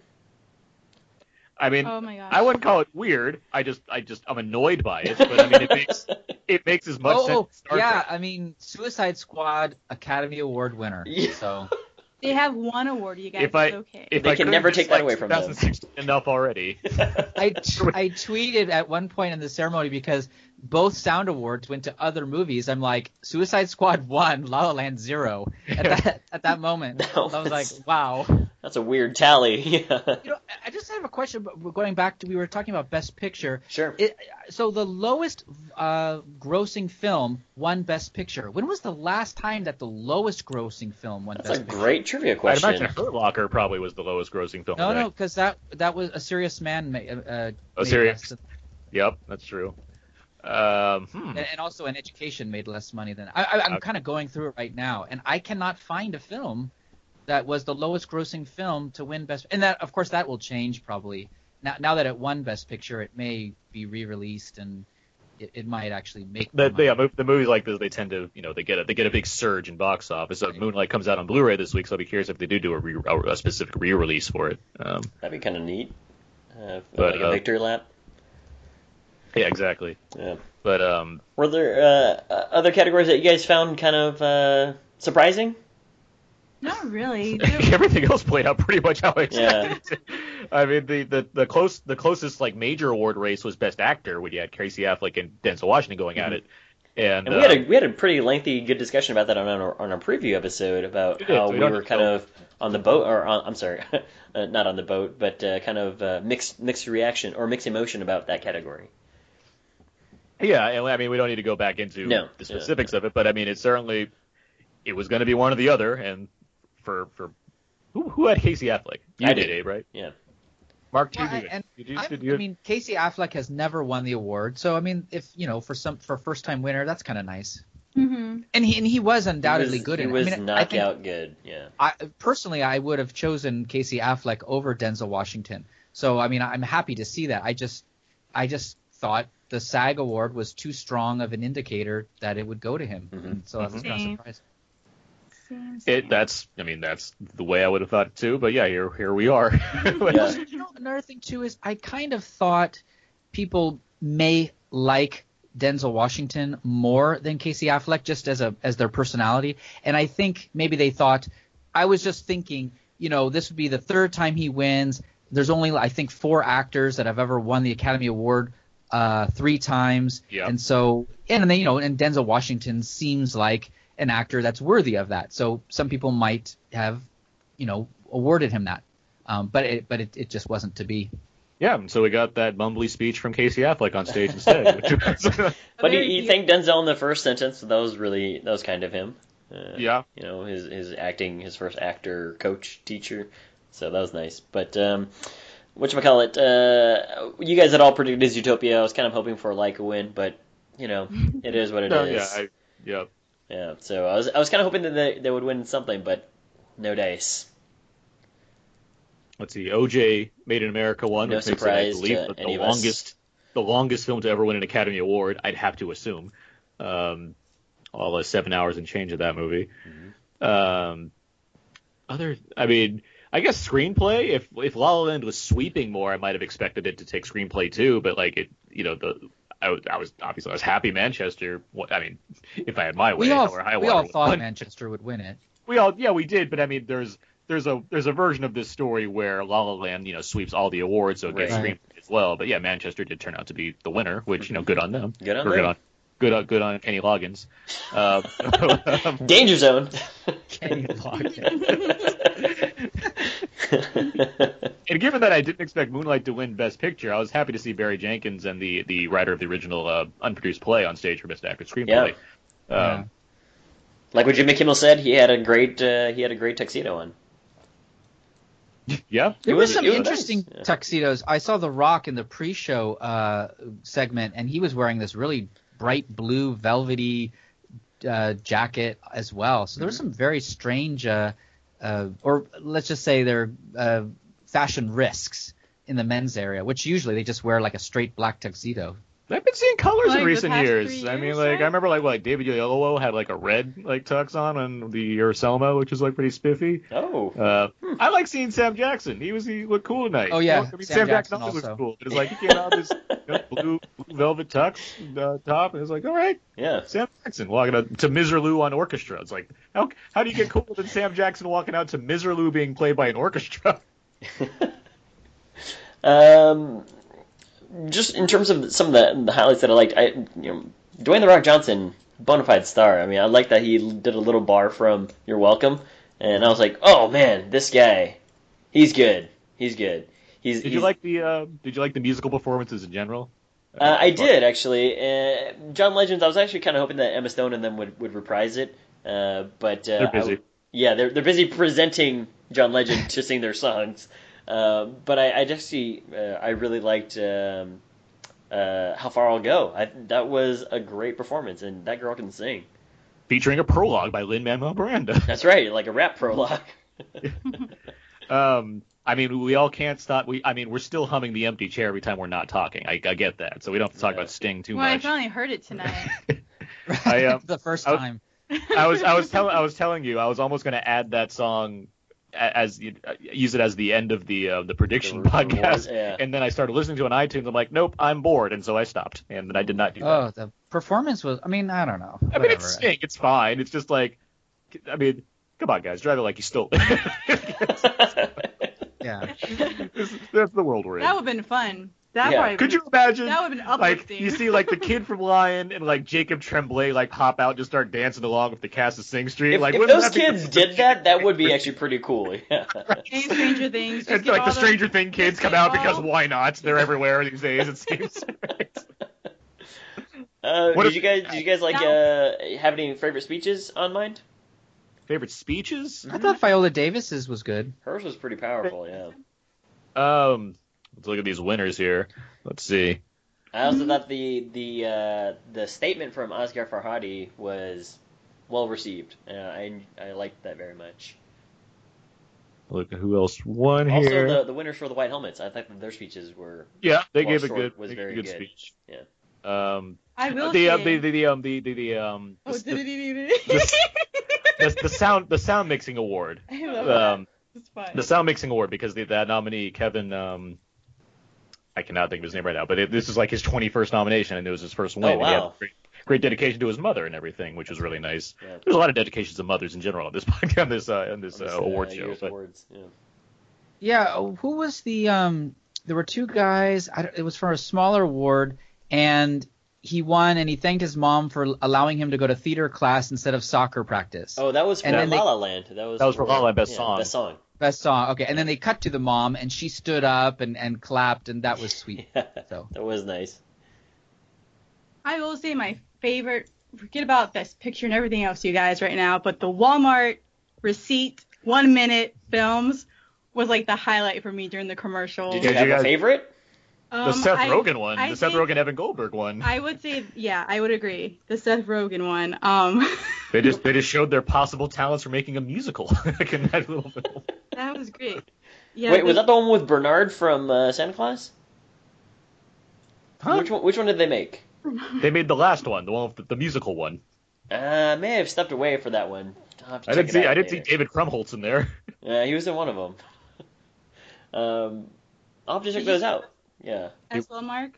[SPEAKER 1] I mean,
[SPEAKER 4] oh my gosh.
[SPEAKER 1] I wouldn't call it weird. I just, I just, I'm annoyed by it. But I mean, it makes, it makes as much sense.
[SPEAKER 3] Oh,
[SPEAKER 1] as
[SPEAKER 3] oh
[SPEAKER 1] Star
[SPEAKER 3] yeah,
[SPEAKER 1] Trek.
[SPEAKER 3] I mean, Suicide Squad Academy Award winner.
[SPEAKER 2] Yeah.
[SPEAKER 3] So
[SPEAKER 4] They have one award, you guys.
[SPEAKER 1] If I-
[SPEAKER 4] it's okay.
[SPEAKER 1] If
[SPEAKER 2] They
[SPEAKER 1] I
[SPEAKER 2] can
[SPEAKER 1] couldn't
[SPEAKER 2] never
[SPEAKER 1] just
[SPEAKER 2] take that
[SPEAKER 1] like
[SPEAKER 2] away from them.
[SPEAKER 1] 2016 Enough already.
[SPEAKER 3] I, t- I tweeted at one point in the ceremony because both sound awards went to other movies. I'm like, Suicide Squad one, La La Land zero. At that at that moment,
[SPEAKER 2] No,
[SPEAKER 3] I was like,
[SPEAKER 2] it's-
[SPEAKER 3] wow.
[SPEAKER 2] That's a weird tally. yeah.
[SPEAKER 3] You know, I- I just have a question. But we're going back to we were talking about Best Picture.
[SPEAKER 2] Sure.
[SPEAKER 3] It, so the lowest uh, grossing film won Best Picture. When was the last time that the lowest grossing film won
[SPEAKER 2] That's
[SPEAKER 3] Best
[SPEAKER 2] a
[SPEAKER 3] Picture?
[SPEAKER 2] great trivia
[SPEAKER 1] I'd
[SPEAKER 2] question.
[SPEAKER 1] imagine Hurt Locker probably was the lowest grossing film.
[SPEAKER 3] No,
[SPEAKER 1] today.
[SPEAKER 3] no, because that that was a serious man. Ma- uh,
[SPEAKER 1] A
[SPEAKER 3] made
[SPEAKER 1] Oh, Serious-
[SPEAKER 3] less-
[SPEAKER 1] Yep, that's true. Um, hmm.
[SPEAKER 3] and, and also an education made less money than I, I, I'm
[SPEAKER 1] Okay.
[SPEAKER 3] kind of going through it right now, and I cannot find a film that was the lowest grossing film to win best. And that, of course, that will change probably now. Now that it won Best Picture, it may be re-released and it, it might actually make. more
[SPEAKER 1] The,
[SPEAKER 3] money.
[SPEAKER 1] yeah, mo- the movies like this, they tend to, you know, they get a, they get a big surge in box office. So
[SPEAKER 3] Right.
[SPEAKER 1] Moonlight comes out on Blu-ray this week, so I'll be curious if they do do a, re- a a specific re-release for it. Um,
[SPEAKER 2] That'd be kind of neat. Uh,
[SPEAKER 1] But,
[SPEAKER 2] like a
[SPEAKER 1] uh,
[SPEAKER 2] victory lap.
[SPEAKER 1] yeah, exactly.
[SPEAKER 2] Yeah.
[SPEAKER 1] But um,
[SPEAKER 2] Were there uh, uh, other categories that you guys found kind of uh, surprising?
[SPEAKER 4] Not really.
[SPEAKER 1] everything else played out pretty much how I
[SPEAKER 2] Yeah.
[SPEAKER 1] expected. I mean, the, the the close the closest like major award race was Best Actor, when you had Casey Affleck and Denzel Washington going at it, and,
[SPEAKER 2] Mm-hmm. And we had
[SPEAKER 1] uh,
[SPEAKER 2] a we had a pretty lengthy good discussion about that on our on our preview episode about
[SPEAKER 1] We did,
[SPEAKER 2] how
[SPEAKER 1] so we
[SPEAKER 2] we
[SPEAKER 1] don't
[SPEAKER 2] were
[SPEAKER 1] have to
[SPEAKER 2] kind
[SPEAKER 1] go.
[SPEAKER 2] of on the boat or on, I'm sorry, uh, not on the boat, but uh, kind of uh, mixed mixed reaction or mixed emotion about that category.
[SPEAKER 1] Yeah, and I mean we don't need to go back into
[SPEAKER 2] No.
[SPEAKER 1] the specifics of it, but I mean it certainly it was going to be one or the other, and for for who, who had Casey Affleck? You
[SPEAKER 2] I
[SPEAKER 1] did,
[SPEAKER 2] did.
[SPEAKER 1] Abe, right?
[SPEAKER 2] Yeah.
[SPEAKER 1] Mark,
[SPEAKER 3] Well,
[SPEAKER 1] did you
[SPEAKER 3] I-
[SPEAKER 1] do it?
[SPEAKER 3] and
[SPEAKER 1] Did you,
[SPEAKER 3] I,
[SPEAKER 1] did you-
[SPEAKER 3] I mean, Casey Affleck has never won the award, so I mean, if you know, for some for first time winner, that's kind of nice.
[SPEAKER 4] hmm
[SPEAKER 3] And he and he was
[SPEAKER 2] He
[SPEAKER 3] undoubtedly
[SPEAKER 2] was-
[SPEAKER 3] good.
[SPEAKER 2] He
[SPEAKER 3] in
[SPEAKER 2] was
[SPEAKER 3] it. I mean, I think
[SPEAKER 2] knockout good. Yeah.
[SPEAKER 3] I personally, I would have chosen Casey Affleck over Denzel Washington. So I mean, I'm happy to see that. I just, I just thought the SAG award was too strong of an indicator that it would go to him,
[SPEAKER 2] Mhm.
[SPEAKER 3] and so I was kind of
[SPEAKER 4] Same.
[SPEAKER 3] surprised.
[SPEAKER 4] Same, same.
[SPEAKER 1] it, that's I mean that's the way I would have thought it too, but yeah, here here we are.
[SPEAKER 2] Yeah.
[SPEAKER 3] Also, you know, another thing too is I kind of thought people may like Denzel Washington more than Casey Affleck just as a as their personality, and I think maybe they thought I was just thinking, you know, this would be the third time he wins. There's only I think four actors that have ever won the Academy Award uh, three times,
[SPEAKER 1] Yeah.
[SPEAKER 3] and so and then you know, and Denzel Washington seems like an actor that's worthy of that. So some people might have, you know, awarded him that um, but it but it, it just wasn't to be.
[SPEAKER 1] yeah, and so we got that mumbly speech from Casey Affleck on stage instead. Which was,
[SPEAKER 2] But
[SPEAKER 4] There
[SPEAKER 2] he, he
[SPEAKER 4] you-
[SPEAKER 2] thanked Denzel in the first sentence. So that was really that was kind of him. Uh,
[SPEAKER 1] yeah,
[SPEAKER 2] you know his his acting his first actor coach teacher so that was nice but um what call it uh you guys had all predicted utopia i was kind of hoping for like a win but you know it is what it is.
[SPEAKER 1] no, Oh, yeah, I, yeah.
[SPEAKER 2] Yeah, so i was i was kind of hoping that they, they would win something but no dice
[SPEAKER 1] let's see, OJ Made in America one,
[SPEAKER 2] No
[SPEAKER 1] which makes it, I
[SPEAKER 2] surprise to
[SPEAKER 1] believe, the- the
[SPEAKER 2] any of us.
[SPEAKER 1] longest the longest film to ever win an Academy Award. I'd have to assume, um, all the seven hours and change of that movie.
[SPEAKER 2] Mm-hmm.
[SPEAKER 1] Um, other, I mean, I guess screenplay. If if La La Land was sweeping more, I might have expected it to take screenplay too. But like it, you know, the I, was- I was obviously I was happy Manchester. What I mean, if I had my way,
[SPEAKER 3] We all
[SPEAKER 1] Hell or High
[SPEAKER 3] we
[SPEAKER 1] Water
[SPEAKER 3] all
[SPEAKER 1] would
[SPEAKER 3] thought
[SPEAKER 1] win.
[SPEAKER 3] Manchester would win it.
[SPEAKER 1] We all, yeah, we did, but I mean, there's there's a there's a version of this story where La La Land, you know, sweeps all the awards, so it gets
[SPEAKER 2] Right.
[SPEAKER 1] screenplay as well. But yeah, Manchester did turn out to be the winner, which you know, good on them.
[SPEAKER 2] Good on
[SPEAKER 1] Or
[SPEAKER 2] them.
[SPEAKER 1] Good on, good on Kenny Loggins. Uh, um,
[SPEAKER 2] danger zone
[SPEAKER 3] Kenny Loggins.
[SPEAKER 1] and given that I didn't expect Moonlight to win Best Picture, I was happy to see Barry Jenkins and the the writer of the original uh, unproduced play on stage for Best Actor Screenplay.
[SPEAKER 3] Yeah.
[SPEAKER 1] Um,
[SPEAKER 2] like what jimmy kimmel said he had a great uh, he had a great tuxedo on
[SPEAKER 1] yeah.
[SPEAKER 2] It
[SPEAKER 3] There were
[SPEAKER 2] was-
[SPEAKER 3] some
[SPEAKER 2] it was
[SPEAKER 3] interesting
[SPEAKER 2] nice, yeah.
[SPEAKER 3] tuxedos. I saw The Rock in the pre-show uh, segment, and he was wearing this really bright blue velvety uh, jacket as well. So there were
[SPEAKER 2] Mm-hmm.
[SPEAKER 3] some very strange, uh, uh, or let's just say they're uh, fashion risks in the men's area, which usually they just wear like a straight black tuxedo.
[SPEAKER 1] I've been seeing colors
[SPEAKER 4] Like
[SPEAKER 1] in
[SPEAKER 4] the
[SPEAKER 1] recent
[SPEAKER 4] past
[SPEAKER 1] years.
[SPEAKER 4] three
[SPEAKER 1] I mean,
[SPEAKER 4] years,
[SPEAKER 1] like
[SPEAKER 4] right?
[SPEAKER 1] I remember, like like David Oyelowo had like a red like tux on on the Urselma, which was like pretty spiffy.
[SPEAKER 2] oh
[SPEAKER 1] Uh, I like seeing Sam Jackson. He was he looked cool tonight.
[SPEAKER 3] Oh, yeah,
[SPEAKER 1] I mean,
[SPEAKER 3] Sam
[SPEAKER 1] Sam,
[SPEAKER 3] Jackson
[SPEAKER 1] Jackson, always
[SPEAKER 3] also.
[SPEAKER 1] looks cool. But it's like he came out with this you know, blue, blue velvet tux uh, top, and it's like, all right,
[SPEAKER 2] yeah
[SPEAKER 1] Sam Jackson walking out to Miserlou on orchestra. It's like, how how do you get cooler than Sam Jackson walking out to Miserlou being played by an orchestra?
[SPEAKER 2] Um, just in terms of some of the, the highlights that I liked, I you know, Dwayne the Rock Johnson, bona fide star. I mean, I like that he did a little bar from "You're Welcome," and I was like, oh man, this guy He's good. He's good. He's.
[SPEAKER 1] Did
[SPEAKER 2] he's-
[SPEAKER 1] you like the uh, Did you like the musical performances in general?
[SPEAKER 2] Uh, I did actually. Uh, John Legends. I was actually kind of hoping that Emma Stone and them would, would reprise it, uh, but uh,
[SPEAKER 1] They're
[SPEAKER 2] I
[SPEAKER 1] busy.
[SPEAKER 2] w- yeah, they're they're busy presenting John Legend to sing their songs. Uh, but I, I just see. Uh, I really liked um, uh, how far I'll go. I, that was a great performance, and that girl can sing.
[SPEAKER 1] Featuring a prologue by Lin Manuel Miranda.
[SPEAKER 2] That's right, like a rap prologue.
[SPEAKER 1] Um, I mean, we all can't stop. We, I mean, we're still humming the empty chair every time we're not talking. I, I get that, so we don't have to talk
[SPEAKER 2] Yeah.
[SPEAKER 1] about Sting too
[SPEAKER 4] well, I
[SPEAKER 1] much.
[SPEAKER 4] finally heard it tonight.
[SPEAKER 1] I,
[SPEAKER 2] um,
[SPEAKER 1] uh,
[SPEAKER 3] the first
[SPEAKER 1] I-
[SPEAKER 3] time.
[SPEAKER 1] I was, I was telling, I was telling you, I was almost going to add that song a- as use it as the end of the uh, the prediction
[SPEAKER 2] The re-
[SPEAKER 1] podcast,
[SPEAKER 2] reward, yeah.
[SPEAKER 1] and then I started listening to it on iTunes. I'm like, nope, I'm bored, and so I stopped, and then I did not do that.
[SPEAKER 3] Oh, the performance was. I mean, I don't know.
[SPEAKER 1] I mean, it's
[SPEAKER 3] Whatever.
[SPEAKER 1] Sting, it's fine. It's just like, I mean, come on, guys, drive it like you stole it.
[SPEAKER 3] Yeah.
[SPEAKER 1] This- That's the world we're in.
[SPEAKER 4] That would have been fun. That
[SPEAKER 2] Yeah.
[SPEAKER 4] probably
[SPEAKER 1] Could you
[SPEAKER 4] would've-
[SPEAKER 1] imagine?
[SPEAKER 4] That would have been
[SPEAKER 1] like
[SPEAKER 4] uplifting.
[SPEAKER 1] you see like the kid from Lion and like Jacob Tremblay like pop out and just start dancing along with the cast of Sing Street.
[SPEAKER 2] if
[SPEAKER 1] like
[SPEAKER 2] if
[SPEAKER 1] wouldn't
[SPEAKER 2] those
[SPEAKER 1] that be-
[SPEAKER 2] kids did that, that would be actually pretty cool. Yeah.
[SPEAKER 4] And Stranger Things. Just
[SPEAKER 1] and,
[SPEAKER 4] get
[SPEAKER 1] like
[SPEAKER 4] all
[SPEAKER 1] the Stranger Thing kids
[SPEAKER 4] just
[SPEAKER 1] come
[SPEAKER 4] get
[SPEAKER 1] out because
[SPEAKER 4] all-
[SPEAKER 1] why not? They're everywhere these days. It seems. right?
[SPEAKER 2] Uh,
[SPEAKER 1] What
[SPEAKER 2] did
[SPEAKER 1] if-
[SPEAKER 2] you guys? Did you guys like uh, have any favorite speeches on mind?
[SPEAKER 1] Favorite speeches?
[SPEAKER 3] I thought Viola Davis's was good.
[SPEAKER 2] Hers was pretty powerful. Yeah.
[SPEAKER 1] Um, let's look at these winners here. Let's see.
[SPEAKER 2] I also thought the the uh, the statement from Asghar Farhadi was well received. Uh, I I liked that very much.
[SPEAKER 1] Look at who else won
[SPEAKER 2] Also,
[SPEAKER 1] here.
[SPEAKER 2] the, the winners for the White Helmets, I thought that their speeches were
[SPEAKER 1] yeah, they
[SPEAKER 2] Well,
[SPEAKER 1] gave a
[SPEAKER 2] Short
[SPEAKER 1] good,
[SPEAKER 2] was
[SPEAKER 1] they gave a
[SPEAKER 2] very
[SPEAKER 1] good,
[SPEAKER 2] good.
[SPEAKER 1] speech.
[SPEAKER 2] Yeah.
[SPEAKER 1] Um,
[SPEAKER 4] I will
[SPEAKER 1] the, uh,
[SPEAKER 4] say-
[SPEAKER 1] the the the um the the, the um
[SPEAKER 4] Oh,
[SPEAKER 1] the,
[SPEAKER 4] did
[SPEAKER 1] the, the sound the sound mixing award.
[SPEAKER 4] I love that.
[SPEAKER 1] Um,
[SPEAKER 4] It's fun.
[SPEAKER 1] the sound mixing award because the, that nominee Kevin um I cannot think of his name right now, but it, this is like his 21st nomination and it was his first win.
[SPEAKER 2] Oh,
[SPEAKER 1] and he had
[SPEAKER 2] wow.
[SPEAKER 1] great, great dedication to his mother and everything, which was really nice.
[SPEAKER 2] yeah,
[SPEAKER 1] There's a lot of dedications to mothers in general on this podcast, on this uh, on this, uh,
[SPEAKER 2] just,
[SPEAKER 1] award
[SPEAKER 2] uh,
[SPEAKER 1] show.
[SPEAKER 2] year's
[SPEAKER 1] But
[SPEAKER 2] awards, yeah.
[SPEAKER 3] Yeah. oh, Who was the? Um. There were two guys. I, don't- it was for a smaller award, and he won, and he thanked his mom for allowing him to go to theater class instead of soccer practice.
[SPEAKER 2] Oh, that was for
[SPEAKER 3] And
[SPEAKER 2] La
[SPEAKER 3] then they-
[SPEAKER 2] La Land. That was
[SPEAKER 1] That was for La La Land, best song.
[SPEAKER 2] Best song.
[SPEAKER 3] Best song. Okay. And then they cut to the mom, and she stood up and and clapped, and that was sweet. So.
[SPEAKER 2] That was nice.
[SPEAKER 4] I will say my favorite. Forget about this picture and everything else, you guys, right now. But the Walmart receipt one minute films was like the highlight for me during the commercial.
[SPEAKER 2] Did
[SPEAKER 1] Yeah,
[SPEAKER 2] you
[SPEAKER 1] did
[SPEAKER 2] have
[SPEAKER 1] you
[SPEAKER 2] a
[SPEAKER 1] guys-
[SPEAKER 2] favorite?
[SPEAKER 1] the Seth
[SPEAKER 4] Um, I,
[SPEAKER 1] Rogen one,
[SPEAKER 4] I
[SPEAKER 1] the Seth
[SPEAKER 4] think-
[SPEAKER 1] Rogen Evan Goldberg one.
[SPEAKER 4] I would say, yeah, I would agree. The Seth Rogen one. Um,
[SPEAKER 1] They just they just showed their possible talents for making a musical in that little film.
[SPEAKER 4] that was great. Yeah.
[SPEAKER 2] Wait, was
[SPEAKER 4] the-
[SPEAKER 2] that the one with Bernard from uh, Santa Claus?
[SPEAKER 1] Huh?
[SPEAKER 2] Which one? Which one did they make?
[SPEAKER 1] They made the last one, the one with the, the musical one.
[SPEAKER 2] Uh, I may have stepped away for that one. I'll have to
[SPEAKER 1] I
[SPEAKER 2] check
[SPEAKER 1] didn't
[SPEAKER 2] it
[SPEAKER 1] see
[SPEAKER 2] out
[SPEAKER 1] I didn't see
[SPEAKER 2] later.
[SPEAKER 1] David Krumholtz in there.
[SPEAKER 2] Yeah, he was in one of them. um, I'll have to check
[SPEAKER 4] Did you-
[SPEAKER 2] those out. Yeah.
[SPEAKER 4] as well, Mark?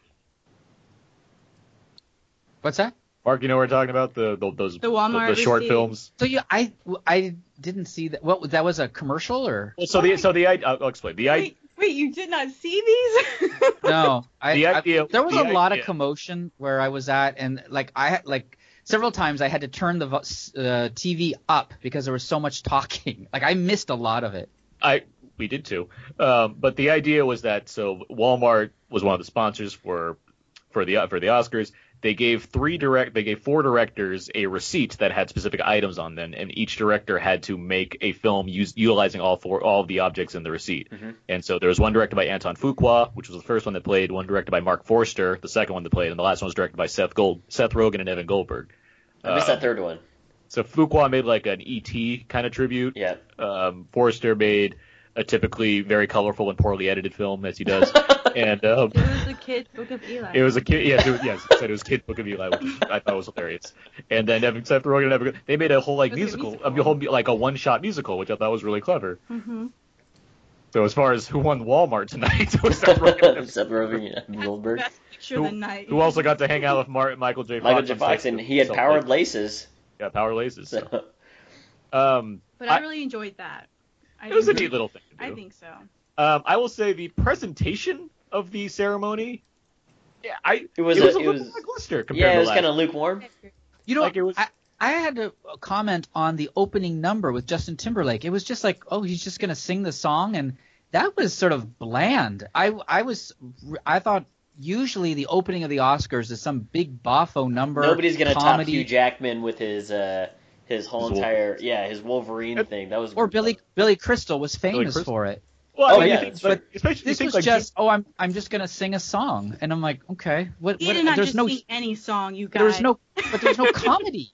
[SPEAKER 3] What's that?
[SPEAKER 1] Mark, you know what we're talking about the, the those
[SPEAKER 4] The Walmart
[SPEAKER 1] the short
[SPEAKER 4] receipt.
[SPEAKER 1] films.
[SPEAKER 3] So you, I, I didn't see that. What that was a commercial or
[SPEAKER 1] Well, so
[SPEAKER 4] Oh my-
[SPEAKER 1] the so the i- I'll I'll explain the i
[SPEAKER 4] Wait, wait, you did not see these?
[SPEAKER 3] no? I,
[SPEAKER 1] The
[SPEAKER 3] I-
[SPEAKER 1] idea-
[SPEAKER 3] there was
[SPEAKER 1] the
[SPEAKER 3] a lot of
[SPEAKER 1] idea-
[SPEAKER 3] commotion where I was at, and like I had like several times I had to turn the vo- s- uh, TV up because there was so much talking. Like I missed a lot of it.
[SPEAKER 1] I we did too. Um, but the idea was that so Walmart was one of the sponsors for for the for the Oscars. They gave three direct they gave four directors a receipt that had specific items on them, and each director had to make a film use, utilizing all four all of the objects in the receipt.
[SPEAKER 3] Mm-hmm.
[SPEAKER 2] Mhm.
[SPEAKER 1] And so there was one directed by Anton Fuqua, which was the first one that played, one directed by Mark Forster, the second one that played, and the last one was directed by Seth Gold Seth Rogen and Evan Goldberg.
[SPEAKER 2] I missed
[SPEAKER 1] Uh,
[SPEAKER 2] that third one.
[SPEAKER 1] So Fuqua made like an ET kind of tribute.
[SPEAKER 2] Yeah.
[SPEAKER 1] Um, Forrester made a typically very colorful and poorly edited film, as he does. and um,
[SPEAKER 4] it was the kid's book of Eli.
[SPEAKER 1] it was a kid. Yes, it was, yes, it said it was Kid Book of Eli, which I thought was hilarious. And then Evan Seth Rogen and Evan, they made a whole like
[SPEAKER 4] It was a
[SPEAKER 1] musical,
[SPEAKER 4] musical.
[SPEAKER 1] a whole like a one shot musical, which I thought was really clever.
[SPEAKER 4] hmm
[SPEAKER 1] So as far as who won Walmart tonight, it was Seth Rogen and Evan-
[SPEAKER 2] Seth Rogen and Evan Goldberg.
[SPEAKER 4] Best picture
[SPEAKER 1] Who-
[SPEAKER 4] of the night.
[SPEAKER 1] who also got to hang out with Mar- Michael J. Fox.
[SPEAKER 2] Michael J.
[SPEAKER 1] on
[SPEAKER 2] Fox,
[SPEAKER 1] set.
[SPEAKER 2] and he had
[SPEAKER 1] So,
[SPEAKER 2] powered
[SPEAKER 1] like,
[SPEAKER 2] laces.
[SPEAKER 1] yeah, power laces. So.
[SPEAKER 2] So.
[SPEAKER 1] Um,
[SPEAKER 4] But I,
[SPEAKER 1] I-
[SPEAKER 4] really enjoyed that. I
[SPEAKER 1] it was a
[SPEAKER 4] think-
[SPEAKER 1] neat little thing. To do.
[SPEAKER 4] I think so.
[SPEAKER 1] Um, I will say the presentation of the ceremony, yeah, I
[SPEAKER 2] It was
[SPEAKER 1] it
[SPEAKER 2] a-
[SPEAKER 1] was a,
[SPEAKER 2] it
[SPEAKER 1] little
[SPEAKER 2] was-
[SPEAKER 1] lackluster compared
[SPEAKER 2] Yeah, it
[SPEAKER 1] to
[SPEAKER 2] was
[SPEAKER 1] last.
[SPEAKER 2] kind of lukewarm.
[SPEAKER 3] You know,
[SPEAKER 1] Like, it was-
[SPEAKER 3] I, I had to comment on the opening number with Justin Timberlake. It was just like, oh, he's just gonna sing the song, and that was sort of bland. I I was I thought usually the opening of the Oscars is some big boffo number.
[SPEAKER 2] Nobody's gonna top
[SPEAKER 3] comedy,
[SPEAKER 2] Hugh Jackman with his uh his whole
[SPEAKER 1] His
[SPEAKER 2] entire yeah his Wolverine thing. That was
[SPEAKER 3] or Billy Billy Crystal was famous
[SPEAKER 1] Crystal.
[SPEAKER 3] for it.
[SPEAKER 1] Well,
[SPEAKER 2] Oh,
[SPEAKER 1] I mean,
[SPEAKER 2] yeah,
[SPEAKER 1] you think,
[SPEAKER 2] that's right.
[SPEAKER 1] but especially you
[SPEAKER 3] This
[SPEAKER 1] think
[SPEAKER 3] was
[SPEAKER 1] like
[SPEAKER 3] just oh I'm I'm just gonna sing a song and I'm like okay what,
[SPEAKER 4] He
[SPEAKER 3] what
[SPEAKER 4] did not
[SPEAKER 3] there's
[SPEAKER 4] just
[SPEAKER 3] no
[SPEAKER 4] sing any song, you guys.
[SPEAKER 3] there was no but there's no comedy.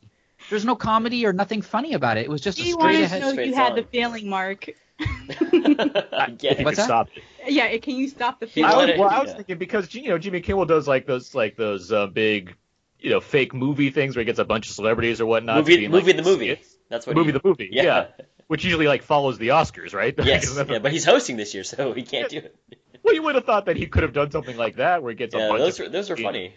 [SPEAKER 3] There's no comedy or nothing funny about it. It was just a
[SPEAKER 4] He
[SPEAKER 3] straight
[SPEAKER 4] wanted to
[SPEAKER 3] ahead.
[SPEAKER 4] know
[SPEAKER 2] Straight
[SPEAKER 4] you had
[SPEAKER 2] song.
[SPEAKER 4] the feeling, Mark.
[SPEAKER 2] I
[SPEAKER 1] if you
[SPEAKER 2] get it.
[SPEAKER 1] could
[SPEAKER 3] What's that?
[SPEAKER 1] stop
[SPEAKER 4] Yeah, it- can you stop the
[SPEAKER 2] He
[SPEAKER 4] feeling?
[SPEAKER 1] I was,
[SPEAKER 2] wanted-
[SPEAKER 1] well, I was
[SPEAKER 2] yeah.
[SPEAKER 1] thinking because you know Jimmy Kimmel does like those like those uh, big, you know, fake movie things where he gets a bunch of celebrities or whatnot.
[SPEAKER 2] Movie-
[SPEAKER 1] to be in,
[SPEAKER 2] movie
[SPEAKER 1] like,
[SPEAKER 2] the movie.
[SPEAKER 1] skits.
[SPEAKER 2] That's what
[SPEAKER 1] movie
[SPEAKER 2] he,
[SPEAKER 1] the movie, yeah.
[SPEAKER 2] yeah.
[SPEAKER 1] Which usually like follows the Oscars, right? Like,
[SPEAKER 2] Yes,
[SPEAKER 1] isn't that-
[SPEAKER 2] yeah, but he's hosting this year, so he can't do it.
[SPEAKER 1] Well, you would have thought that he could have done something like that where he gets a
[SPEAKER 2] Yeah,
[SPEAKER 1] bunch
[SPEAKER 2] those
[SPEAKER 1] of
[SPEAKER 2] were those were
[SPEAKER 1] Yeah.
[SPEAKER 2] funny.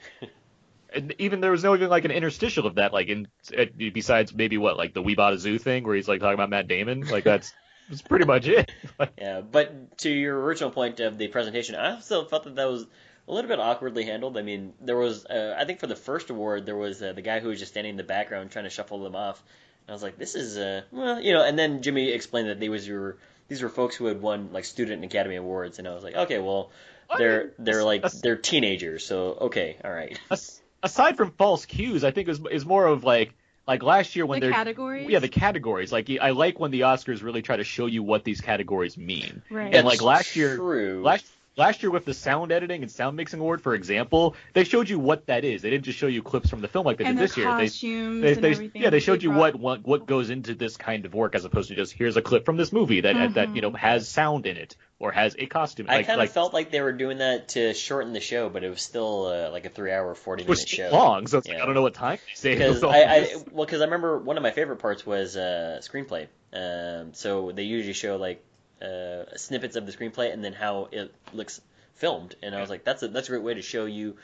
[SPEAKER 1] and even there was no even like an interstitial of that like in uh, besides maybe what like the We Bought a Zoo thing where he's like talking about Matt Damon like that's that's pretty much it. Like,
[SPEAKER 2] Yeah, but to your original point of the presentation, I also felt that that was a little bit awkwardly handled. I mean, there was, uh, I think for the first award, there was uh, the guy who was just standing in the background trying to shuffle them off. And I was like, this is, uh, well, you know, and then Jimmy explained that they was your, these were folks who had won like student and academy awards, and I was like, okay, well, they're they're like they're teenagers, so okay, all right.
[SPEAKER 1] as- aside from false cues, I think is is more of like like last year when
[SPEAKER 4] the
[SPEAKER 1] they're
[SPEAKER 4] categories.
[SPEAKER 1] Yeah, the categories. Like I like when the Oscars really try to show you what these categories mean.
[SPEAKER 4] right.
[SPEAKER 1] And, like,
[SPEAKER 2] That's
[SPEAKER 1] last year-
[SPEAKER 2] true.
[SPEAKER 1] Last last year with the sound editing and sound mixing award, for example, they showed you what that is. They didn't just show you clips from the film like they
[SPEAKER 4] and
[SPEAKER 1] did
[SPEAKER 4] the
[SPEAKER 1] this year.
[SPEAKER 4] costumes
[SPEAKER 1] They,
[SPEAKER 4] and
[SPEAKER 1] they, they
[SPEAKER 4] everything.
[SPEAKER 1] yeah they showed you
[SPEAKER 4] brought-
[SPEAKER 1] what, what what goes into this kind of work as opposed to just here's a clip from this movie that that
[SPEAKER 4] Mm-hmm.
[SPEAKER 1] you know has sound in it or has a costume.
[SPEAKER 2] I
[SPEAKER 1] like,
[SPEAKER 2] kind of
[SPEAKER 1] like,
[SPEAKER 2] felt like they were doing that to shorten the show, but it was still uh, like a three-hour,
[SPEAKER 1] it was
[SPEAKER 2] forty-minute show.
[SPEAKER 1] long, so it's like,
[SPEAKER 2] Yeah.
[SPEAKER 1] I don't know what time they say.
[SPEAKER 2] because
[SPEAKER 1] it was
[SPEAKER 2] I,
[SPEAKER 1] all
[SPEAKER 2] I
[SPEAKER 1] this.
[SPEAKER 2] well because I remember one of my favorite parts was uh, screenplay. Um, so they usually show like uh, snippets of the screenplay and then how it looks filmed, and I was like, that's a that's a great way to show you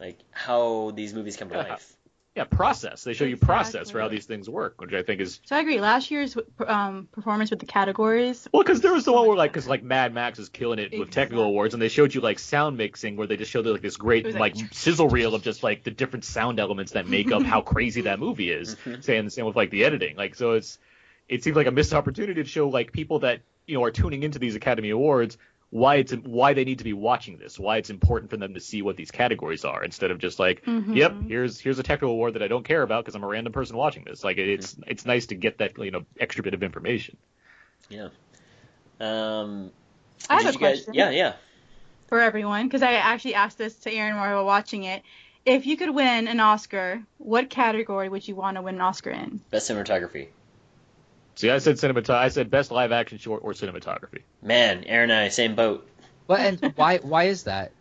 [SPEAKER 2] like how these movies come to
[SPEAKER 1] Yeah.
[SPEAKER 2] life.
[SPEAKER 1] yeah process. They show you process for how
[SPEAKER 4] Exactly.
[SPEAKER 1] these things work, which I think is
[SPEAKER 4] So I agree. Last year's um, performance with the categories.
[SPEAKER 1] Well, because there was the one where like, because like Mad Max is killing it with technical
[SPEAKER 4] Exactly.
[SPEAKER 1] awards, and they showed you like sound mixing where they just showed like this
[SPEAKER 4] It
[SPEAKER 1] great
[SPEAKER 4] was
[SPEAKER 1] like
[SPEAKER 4] like-
[SPEAKER 1] sizzle reel of just like the different sound elements that make up how crazy that movie is.
[SPEAKER 4] Mm-hmm.
[SPEAKER 1] Saying the same with like the editing, like so it's it seems like a missed opportunity to show like people that you know are tuning into these Academy Awards why it's why they need to be watching this, why it's important for them to see what these categories are instead of just like,
[SPEAKER 4] mm-hmm.
[SPEAKER 1] yep, here's here's a technical award that I don't care about because I'm a random person watching this. Like it's it's nice to get that you know extra bit of information.
[SPEAKER 2] Yeah. Um,
[SPEAKER 4] I
[SPEAKER 2] did
[SPEAKER 4] have
[SPEAKER 2] you
[SPEAKER 4] a
[SPEAKER 2] guys-
[SPEAKER 4] question
[SPEAKER 2] yeah, yeah.
[SPEAKER 4] for everyone because I actually asked this to Aaron while we were watching it. If you could win an Oscar, what category would you want to win an Oscar in?
[SPEAKER 2] Best cinematography.
[SPEAKER 1] See, I said cinematography. I said best live action short or cinematography.
[SPEAKER 2] Man, Aaron and I same boat.
[SPEAKER 3] Well, and why why is that?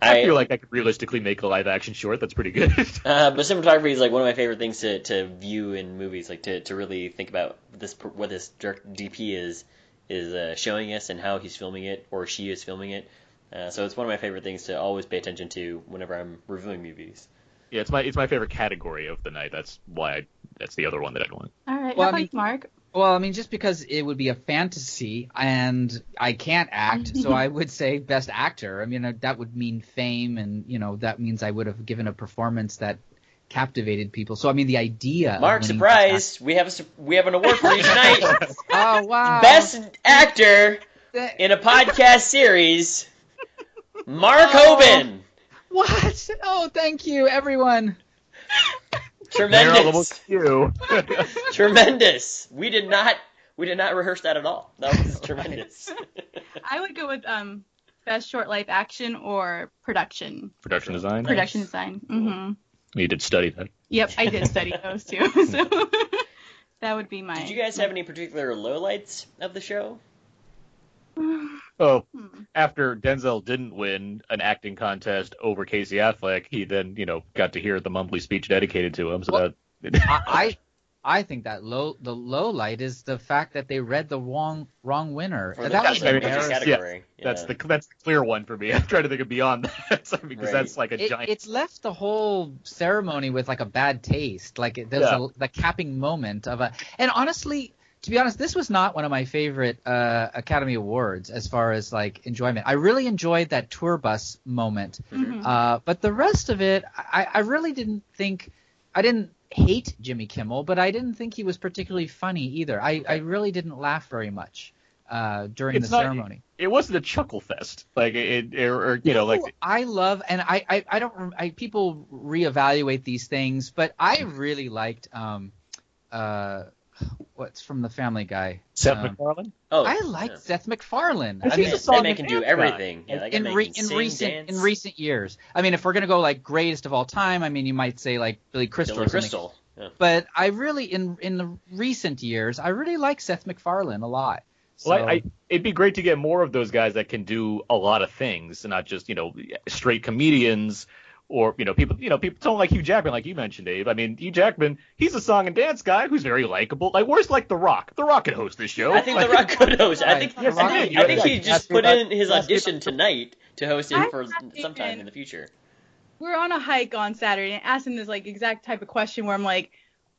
[SPEAKER 1] I, feel like I could realistically make a live action short that's pretty good.
[SPEAKER 2] Uh, but cinematography is like one of my favorite things to, to view in movies, like to, to really think about this per- what this direct DP is is uh, showing us and how he's filming it or she is filming it. Uh, so it's one of my favorite things to always pay attention to whenever I'm reviewing movies.
[SPEAKER 1] yeah, it's my it's my favorite category of the night. That's why I, that's the other one that I'd want.
[SPEAKER 4] All right,
[SPEAKER 3] Well,
[SPEAKER 4] how
[SPEAKER 3] I
[SPEAKER 4] about
[SPEAKER 3] mean-
[SPEAKER 4] you, Mark?
[SPEAKER 3] Well, I mean, just because it would be a fantasy and I can't act, so I would say best actor. I mean, uh, that would mean fame, and you know that means I would have given a performance that captivated people. So Uh, I mean, the idea.
[SPEAKER 2] Mark,
[SPEAKER 3] of winning Best
[SPEAKER 2] surprise! We have a sur- we have an award for you tonight,
[SPEAKER 3] Act- Oh wow!
[SPEAKER 2] best actor
[SPEAKER 3] Th-
[SPEAKER 2] in a podcast series. Mark
[SPEAKER 3] Oh.
[SPEAKER 2] Hoban,
[SPEAKER 3] What? Oh, thank you, everyone.
[SPEAKER 1] Meryl,
[SPEAKER 2] tremendous,
[SPEAKER 1] look at you.
[SPEAKER 2] tremendous. We did not we did not rehearse that at all. That was tremendous.
[SPEAKER 4] I would go with um, best short life action or production,
[SPEAKER 1] Production design.
[SPEAKER 2] Nice.
[SPEAKER 4] production design. hmm
[SPEAKER 1] You did study that.
[SPEAKER 4] Yep, I did study those too, so that would be my.
[SPEAKER 2] Did you guys have any particular lowlights of the show?
[SPEAKER 1] Oh,
[SPEAKER 4] Hmm.
[SPEAKER 1] after Denzel didn't win an acting contest over Casey Affleck, he then you know got to hear the mumbly speech dedicated to him. So
[SPEAKER 3] Well-
[SPEAKER 1] that
[SPEAKER 3] I, I I think that low the low light is the fact that they read the wrong wrong winner.
[SPEAKER 2] For the
[SPEAKER 3] that was
[SPEAKER 1] I mean,
[SPEAKER 3] embarrassing.
[SPEAKER 1] yeah,
[SPEAKER 2] category.
[SPEAKER 1] that's
[SPEAKER 2] Yeah.
[SPEAKER 1] the that's the clear one for me. I'm trying to think of beyond that because
[SPEAKER 2] Right.
[SPEAKER 1] that's like a
[SPEAKER 3] It-
[SPEAKER 1] giant.
[SPEAKER 3] It's left the whole ceremony with like a bad taste. Like it, there's
[SPEAKER 1] Yeah.
[SPEAKER 3] a, the capping moment of a. And honestly, to be honest, this was not one of my favorite uh, Academy Awards as far as like enjoyment. I really enjoyed that tour bus moment,
[SPEAKER 4] Mhm.
[SPEAKER 3] uh, but the rest of it, I, I really didn't think. I didn't hate Jimmy Kimmel, but I didn't think he was particularly funny either. I, I really didn't laugh very much uh, during
[SPEAKER 1] It's
[SPEAKER 3] the
[SPEAKER 1] not-
[SPEAKER 3] ceremony.
[SPEAKER 1] it wasn't a chuckle fest. Like it, it or you know, like
[SPEAKER 3] Ooh, I love, and I, I, I don't. rem- I people reevaluate these things, but I really liked um, uh, what's from the Family Guy.
[SPEAKER 1] Seth
[SPEAKER 3] Um,
[SPEAKER 1] MacFarlane.
[SPEAKER 2] Oh,
[SPEAKER 3] I liked
[SPEAKER 2] yeah.
[SPEAKER 3] Seth MacFarlane.
[SPEAKER 1] He's
[SPEAKER 3] I mean,
[SPEAKER 1] a
[SPEAKER 2] That
[SPEAKER 1] song
[SPEAKER 2] man
[SPEAKER 1] and
[SPEAKER 2] can do
[SPEAKER 1] dance
[SPEAKER 2] everything.
[SPEAKER 1] guy.
[SPEAKER 2] Yeah, that guy
[SPEAKER 3] in,
[SPEAKER 2] man
[SPEAKER 3] re-
[SPEAKER 2] can
[SPEAKER 3] in
[SPEAKER 2] sing,
[SPEAKER 3] recent
[SPEAKER 2] dance.
[SPEAKER 3] in recent years. I mean, if we're gonna go like greatest of all time, I mean, you might say like Billy Crystal.
[SPEAKER 2] Billy
[SPEAKER 3] or something.
[SPEAKER 2] Crystal. Yeah.
[SPEAKER 3] But I really in in the recent years, I really like Seth MacFarlane a lot. So,
[SPEAKER 1] Well, I, I, it'd be great to get more of those guys that can do a lot of things, and not just you know straight comedians or you know people you know people don't like Hugh Jackman like you mentioned, Dave. I mean Hugh Jackman, he's a song and dance guy who's very likable. Like where's like The Rock? The Rock could host this show.
[SPEAKER 2] I think
[SPEAKER 1] Like,
[SPEAKER 2] The Rock could host. I think,
[SPEAKER 1] Yes,
[SPEAKER 2] I
[SPEAKER 1] he
[SPEAKER 2] think,
[SPEAKER 1] did.
[SPEAKER 2] I think
[SPEAKER 1] Yeah,
[SPEAKER 2] he just
[SPEAKER 3] ask me
[SPEAKER 2] put
[SPEAKER 3] about-
[SPEAKER 2] in his
[SPEAKER 3] ask me
[SPEAKER 2] audition tonight to host it
[SPEAKER 4] I
[SPEAKER 2] for
[SPEAKER 4] have to
[SPEAKER 2] sometime
[SPEAKER 4] even-
[SPEAKER 2] in the future.
[SPEAKER 4] we were on a hike on Saturday and asked him this like exact type of question where I'm like,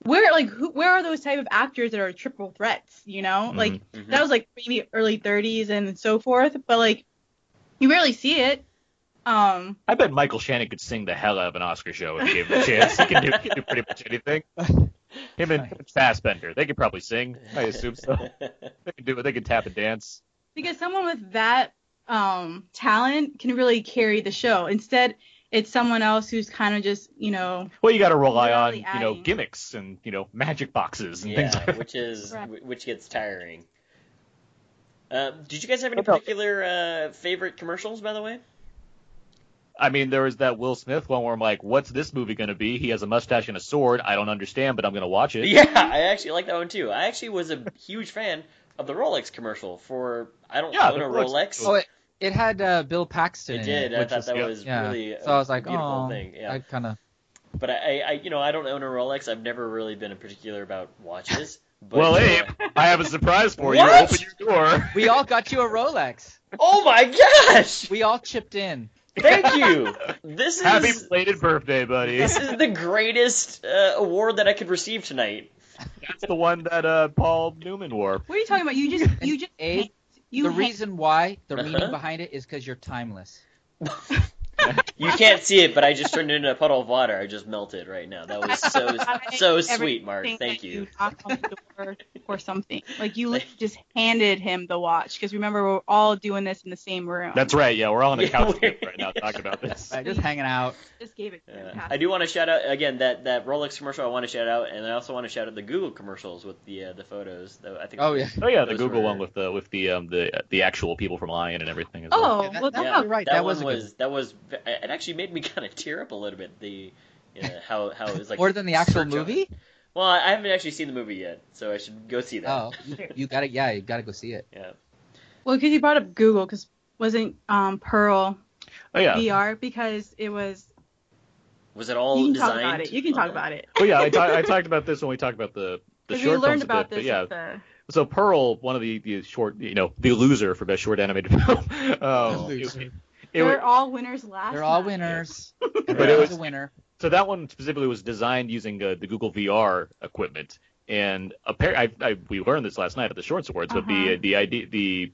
[SPEAKER 4] where like who, where are those type of actors that are triple threats? You know,
[SPEAKER 1] Mhm.
[SPEAKER 4] like
[SPEAKER 2] Mhm.
[SPEAKER 4] that was like maybe early 30s and so forth, but like you rarely see it. Um,
[SPEAKER 1] I bet Michael Shannon could sing the hell out of an Oscar show if he gave him a chance. He can do, he can do pretty much anything. Him and, him and Fassbender, they could probably sing. I assume so. They could do it. They could tap and dance.
[SPEAKER 4] because someone with that um, talent can really carry the show. Instead, it's someone else who's kind of just, you know,
[SPEAKER 1] Well, you got to rely on
[SPEAKER 4] Really
[SPEAKER 1] you know
[SPEAKER 4] adding.
[SPEAKER 1] gimmicks and you know magic boxes and things.
[SPEAKER 2] yeah,
[SPEAKER 1] Like
[SPEAKER 2] which is
[SPEAKER 4] Right.
[SPEAKER 2] which gets tiring. Uh, did you guys have any
[SPEAKER 1] What about-
[SPEAKER 2] particular uh, favorite commercials, by the way?
[SPEAKER 1] I mean, there was that Will Smith one where I'm like, what's this movie going to be? He has a mustache and a sword. I don't understand, but I'm going to watch it.
[SPEAKER 2] Yeah, I actually like that one too. I actually was a huge fan of the Rolex commercial for I don't
[SPEAKER 1] Yeah,
[SPEAKER 2] own
[SPEAKER 1] the
[SPEAKER 2] a
[SPEAKER 1] Rolex-
[SPEAKER 2] Rolex.
[SPEAKER 3] oh, it, it had uh, Bill Paxton.
[SPEAKER 2] it
[SPEAKER 3] in
[SPEAKER 2] did.
[SPEAKER 3] It,
[SPEAKER 2] I
[SPEAKER 1] which
[SPEAKER 2] thought
[SPEAKER 1] was-
[SPEAKER 2] that
[SPEAKER 1] yeah.
[SPEAKER 2] was
[SPEAKER 3] yeah.
[SPEAKER 2] really
[SPEAKER 3] so I was like,
[SPEAKER 2] a beautiful
[SPEAKER 3] oh,
[SPEAKER 2] thing. Yeah.
[SPEAKER 3] I kind of.
[SPEAKER 2] But I, I, you know, I don't own a Rolex. I've never really been in particular about watches. But,
[SPEAKER 1] well,
[SPEAKER 2] uh,
[SPEAKER 1] Abe, I have a surprise for you.
[SPEAKER 2] What?
[SPEAKER 1] Open your door.
[SPEAKER 3] We all got you a Rolex.
[SPEAKER 2] oh my gosh!
[SPEAKER 3] We all chipped in.
[SPEAKER 2] Thank you. This is
[SPEAKER 1] Happy belated birthday, buddy.
[SPEAKER 2] this is the greatest uh, award that I could receive tonight.
[SPEAKER 1] That's the one that uh, Paul Newman wore.
[SPEAKER 4] what are you talking about? You just, you just,
[SPEAKER 3] Abe,
[SPEAKER 4] hate- you
[SPEAKER 3] the
[SPEAKER 4] hate-
[SPEAKER 3] reason why, the
[SPEAKER 2] Uh-huh.
[SPEAKER 3] meaning behind it, is because you're timeless.
[SPEAKER 2] You can't see it, but I just turned into a puddle of water. I just melted right now. That was so so sweet, Mark.
[SPEAKER 4] everything
[SPEAKER 2] Thank
[SPEAKER 4] that
[SPEAKER 2] you.
[SPEAKER 4] knocked on the door or something. Like you literally just handed him the watch because remember we're all doing this in the same room.
[SPEAKER 1] That's right. Yeah, we're all on a
[SPEAKER 2] Yeah,
[SPEAKER 1] couch
[SPEAKER 2] we-
[SPEAKER 1] trip right now talking about this.
[SPEAKER 3] Right, just hanging out.
[SPEAKER 4] Just gave it to him.
[SPEAKER 2] Yeah.
[SPEAKER 4] Pass
[SPEAKER 2] I do want to shout out again that, that Rolex commercial. I want to shout out, and I also want to shout out the Google commercials with the uh, the photos. Though I think.
[SPEAKER 3] Oh yeah.
[SPEAKER 1] Oh yeah, the
[SPEAKER 2] Those
[SPEAKER 1] Google
[SPEAKER 2] were-
[SPEAKER 1] one with the with the um the the actual people from Lion and everything. As well.
[SPEAKER 4] Oh,
[SPEAKER 3] Yeah, that-
[SPEAKER 4] well,
[SPEAKER 3] that-
[SPEAKER 4] yeah.
[SPEAKER 2] yeah,
[SPEAKER 3] you're right,
[SPEAKER 2] That,
[SPEAKER 3] that
[SPEAKER 2] one
[SPEAKER 3] was a good
[SPEAKER 2] was that was it. Actually, made me kind of tear up a little bit. The uh, how how it was like
[SPEAKER 3] More than the actual
[SPEAKER 2] surge on it.
[SPEAKER 3] movie.
[SPEAKER 2] Well, I haven't actually seen the movie yet, so I should go see that.
[SPEAKER 3] Oh, you- you got to Yeah, you got to go see it.
[SPEAKER 2] Yeah.
[SPEAKER 4] Well, because you brought up Google, because wasn't um, Pearl
[SPEAKER 1] Oh yeah.
[SPEAKER 4] VR because it was.
[SPEAKER 2] Was it all
[SPEAKER 4] you can
[SPEAKER 2] designed?
[SPEAKER 4] talk about it. You can talk about it.
[SPEAKER 1] Well, Oh, yeah, I, ta- I talked about this when we talked about the the
[SPEAKER 4] Because we
[SPEAKER 1] short
[SPEAKER 4] learned
[SPEAKER 1] films a
[SPEAKER 4] about
[SPEAKER 1] bit, but
[SPEAKER 4] this.
[SPEAKER 1] yeah,
[SPEAKER 4] with the-
[SPEAKER 1] so Pearl, one of the, the short, you know, the loser for best short animated film. Um, it,
[SPEAKER 3] Loser.
[SPEAKER 1] it
[SPEAKER 4] they're
[SPEAKER 1] was-
[SPEAKER 4] all winners last.
[SPEAKER 3] They're all
[SPEAKER 4] night.
[SPEAKER 3] winners.
[SPEAKER 1] But it was-
[SPEAKER 3] Everyone's a winner.
[SPEAKER 1] so that one specifically was designed using uh, the Google VR equipment, and appar- I, I, we learned this last night at the Shorts Awards. But the
[SPEAKER 4] Uh-huh.
[SPEAKER 1] uh, the idea the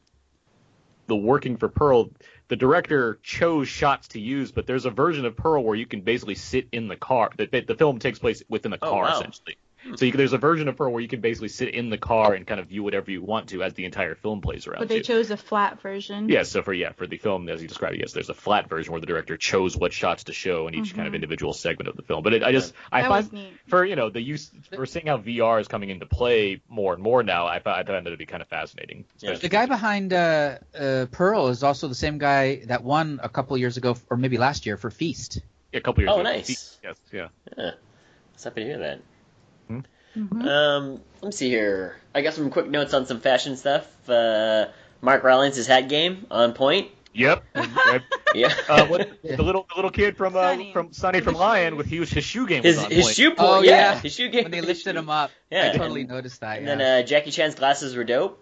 [SPEAKER 1] the working for Pearl, the director chose shots to use, but there's a version of Pearl where you can basically sit in the car. The, the film takes place within the
[SPEAKER 2] Oh,
[SPEAKER 1] car
[SPEAKER 2] wow.
[SPEAKER 1] essentially. So you, can- there's a version of Pearl where you can basically sit in the car and kind of view whatever you want to as the entire film plays around.
[SPEAKER 4] But they
[SPEAKER 1] you.
[SPEAKER 4] chose a flat version.
[SPEAKER 1] Yeah, so for yeah, for the film as you described, yes, there's a flat version where the director chose what shots to show in each kind of
[SPEAKER 4] Mhm.
[SPEAKER 1] individual segment of the film. But it, I just I
[SPEAKER 4] that
[SPEAKER 1] find
[SPEAKER 4] was neat.
[SPEAKER 1] for you know the use for seeing how VR is coming into play more and more now, I found I found that to be kind of fascinating.
[SPEAKER 2] Yeah.
[SPEAKER 1] especially-
[SPEAKER 3] The guy behind uh, uh, Pearl is also the same guy that won a couple years ago, or maybe last year, for Feast.
[SPEAKER 1] a couple years.
[SPEAKER 2] Oh,
[SPEAKER 1] ago.
[SPEAKER 2] nice.
[SPEAKER 1] Yes, yeah.
[SPEAKER 2] It's happy to hear that.
[SPEAKER 4] Mhm.
[SPEAKER 2] Um, let me see here. I got some quick notes on some fashion stuff. Uh, Mark Rylance, his hat game on point.
[SPEAKER 1] Yep. Right.
[SPEAKER 2] Yeah.
[SPEAKER 1] uh, what, the little the little kid from uh,
[SPEAKER 4] Sonny.
[SPEAKER 1] from Sonny from
[SPEAKER 4] His
[SPEAKER 1] Lion
[SPEAKER 4] shoes.
[SPEAKER 1] with his, his shoe game
[SPEAKER 2] his
[SPEAKER 1] was on
[SPEAKER 2] his
[SPEAKER 1] point.
[SPEAKER 2] shoe point.
[SPEAKER 3] Oh,
[SPEAKER 2] yeah.
[SPEAKER 3] yeah.
[SPEAKER 2] His shoe game.
[SPEAKER 3] When they
[SPEAKER 2] his
[SPEAKER 3] lifted
[SPEAKER 2] shoe.
[SPEAKER 3] him up,
[SPEAKER 2] Yeah.
[SPEAKER 3] I totally
[SPEAKER 2] and,
[SPEAKER 3] noticed that.
[SPEAKER 2] and
[SPEAKER 3] yeah.
[SPEAKER 2] then uh, Jackie Chan's glasses were dope.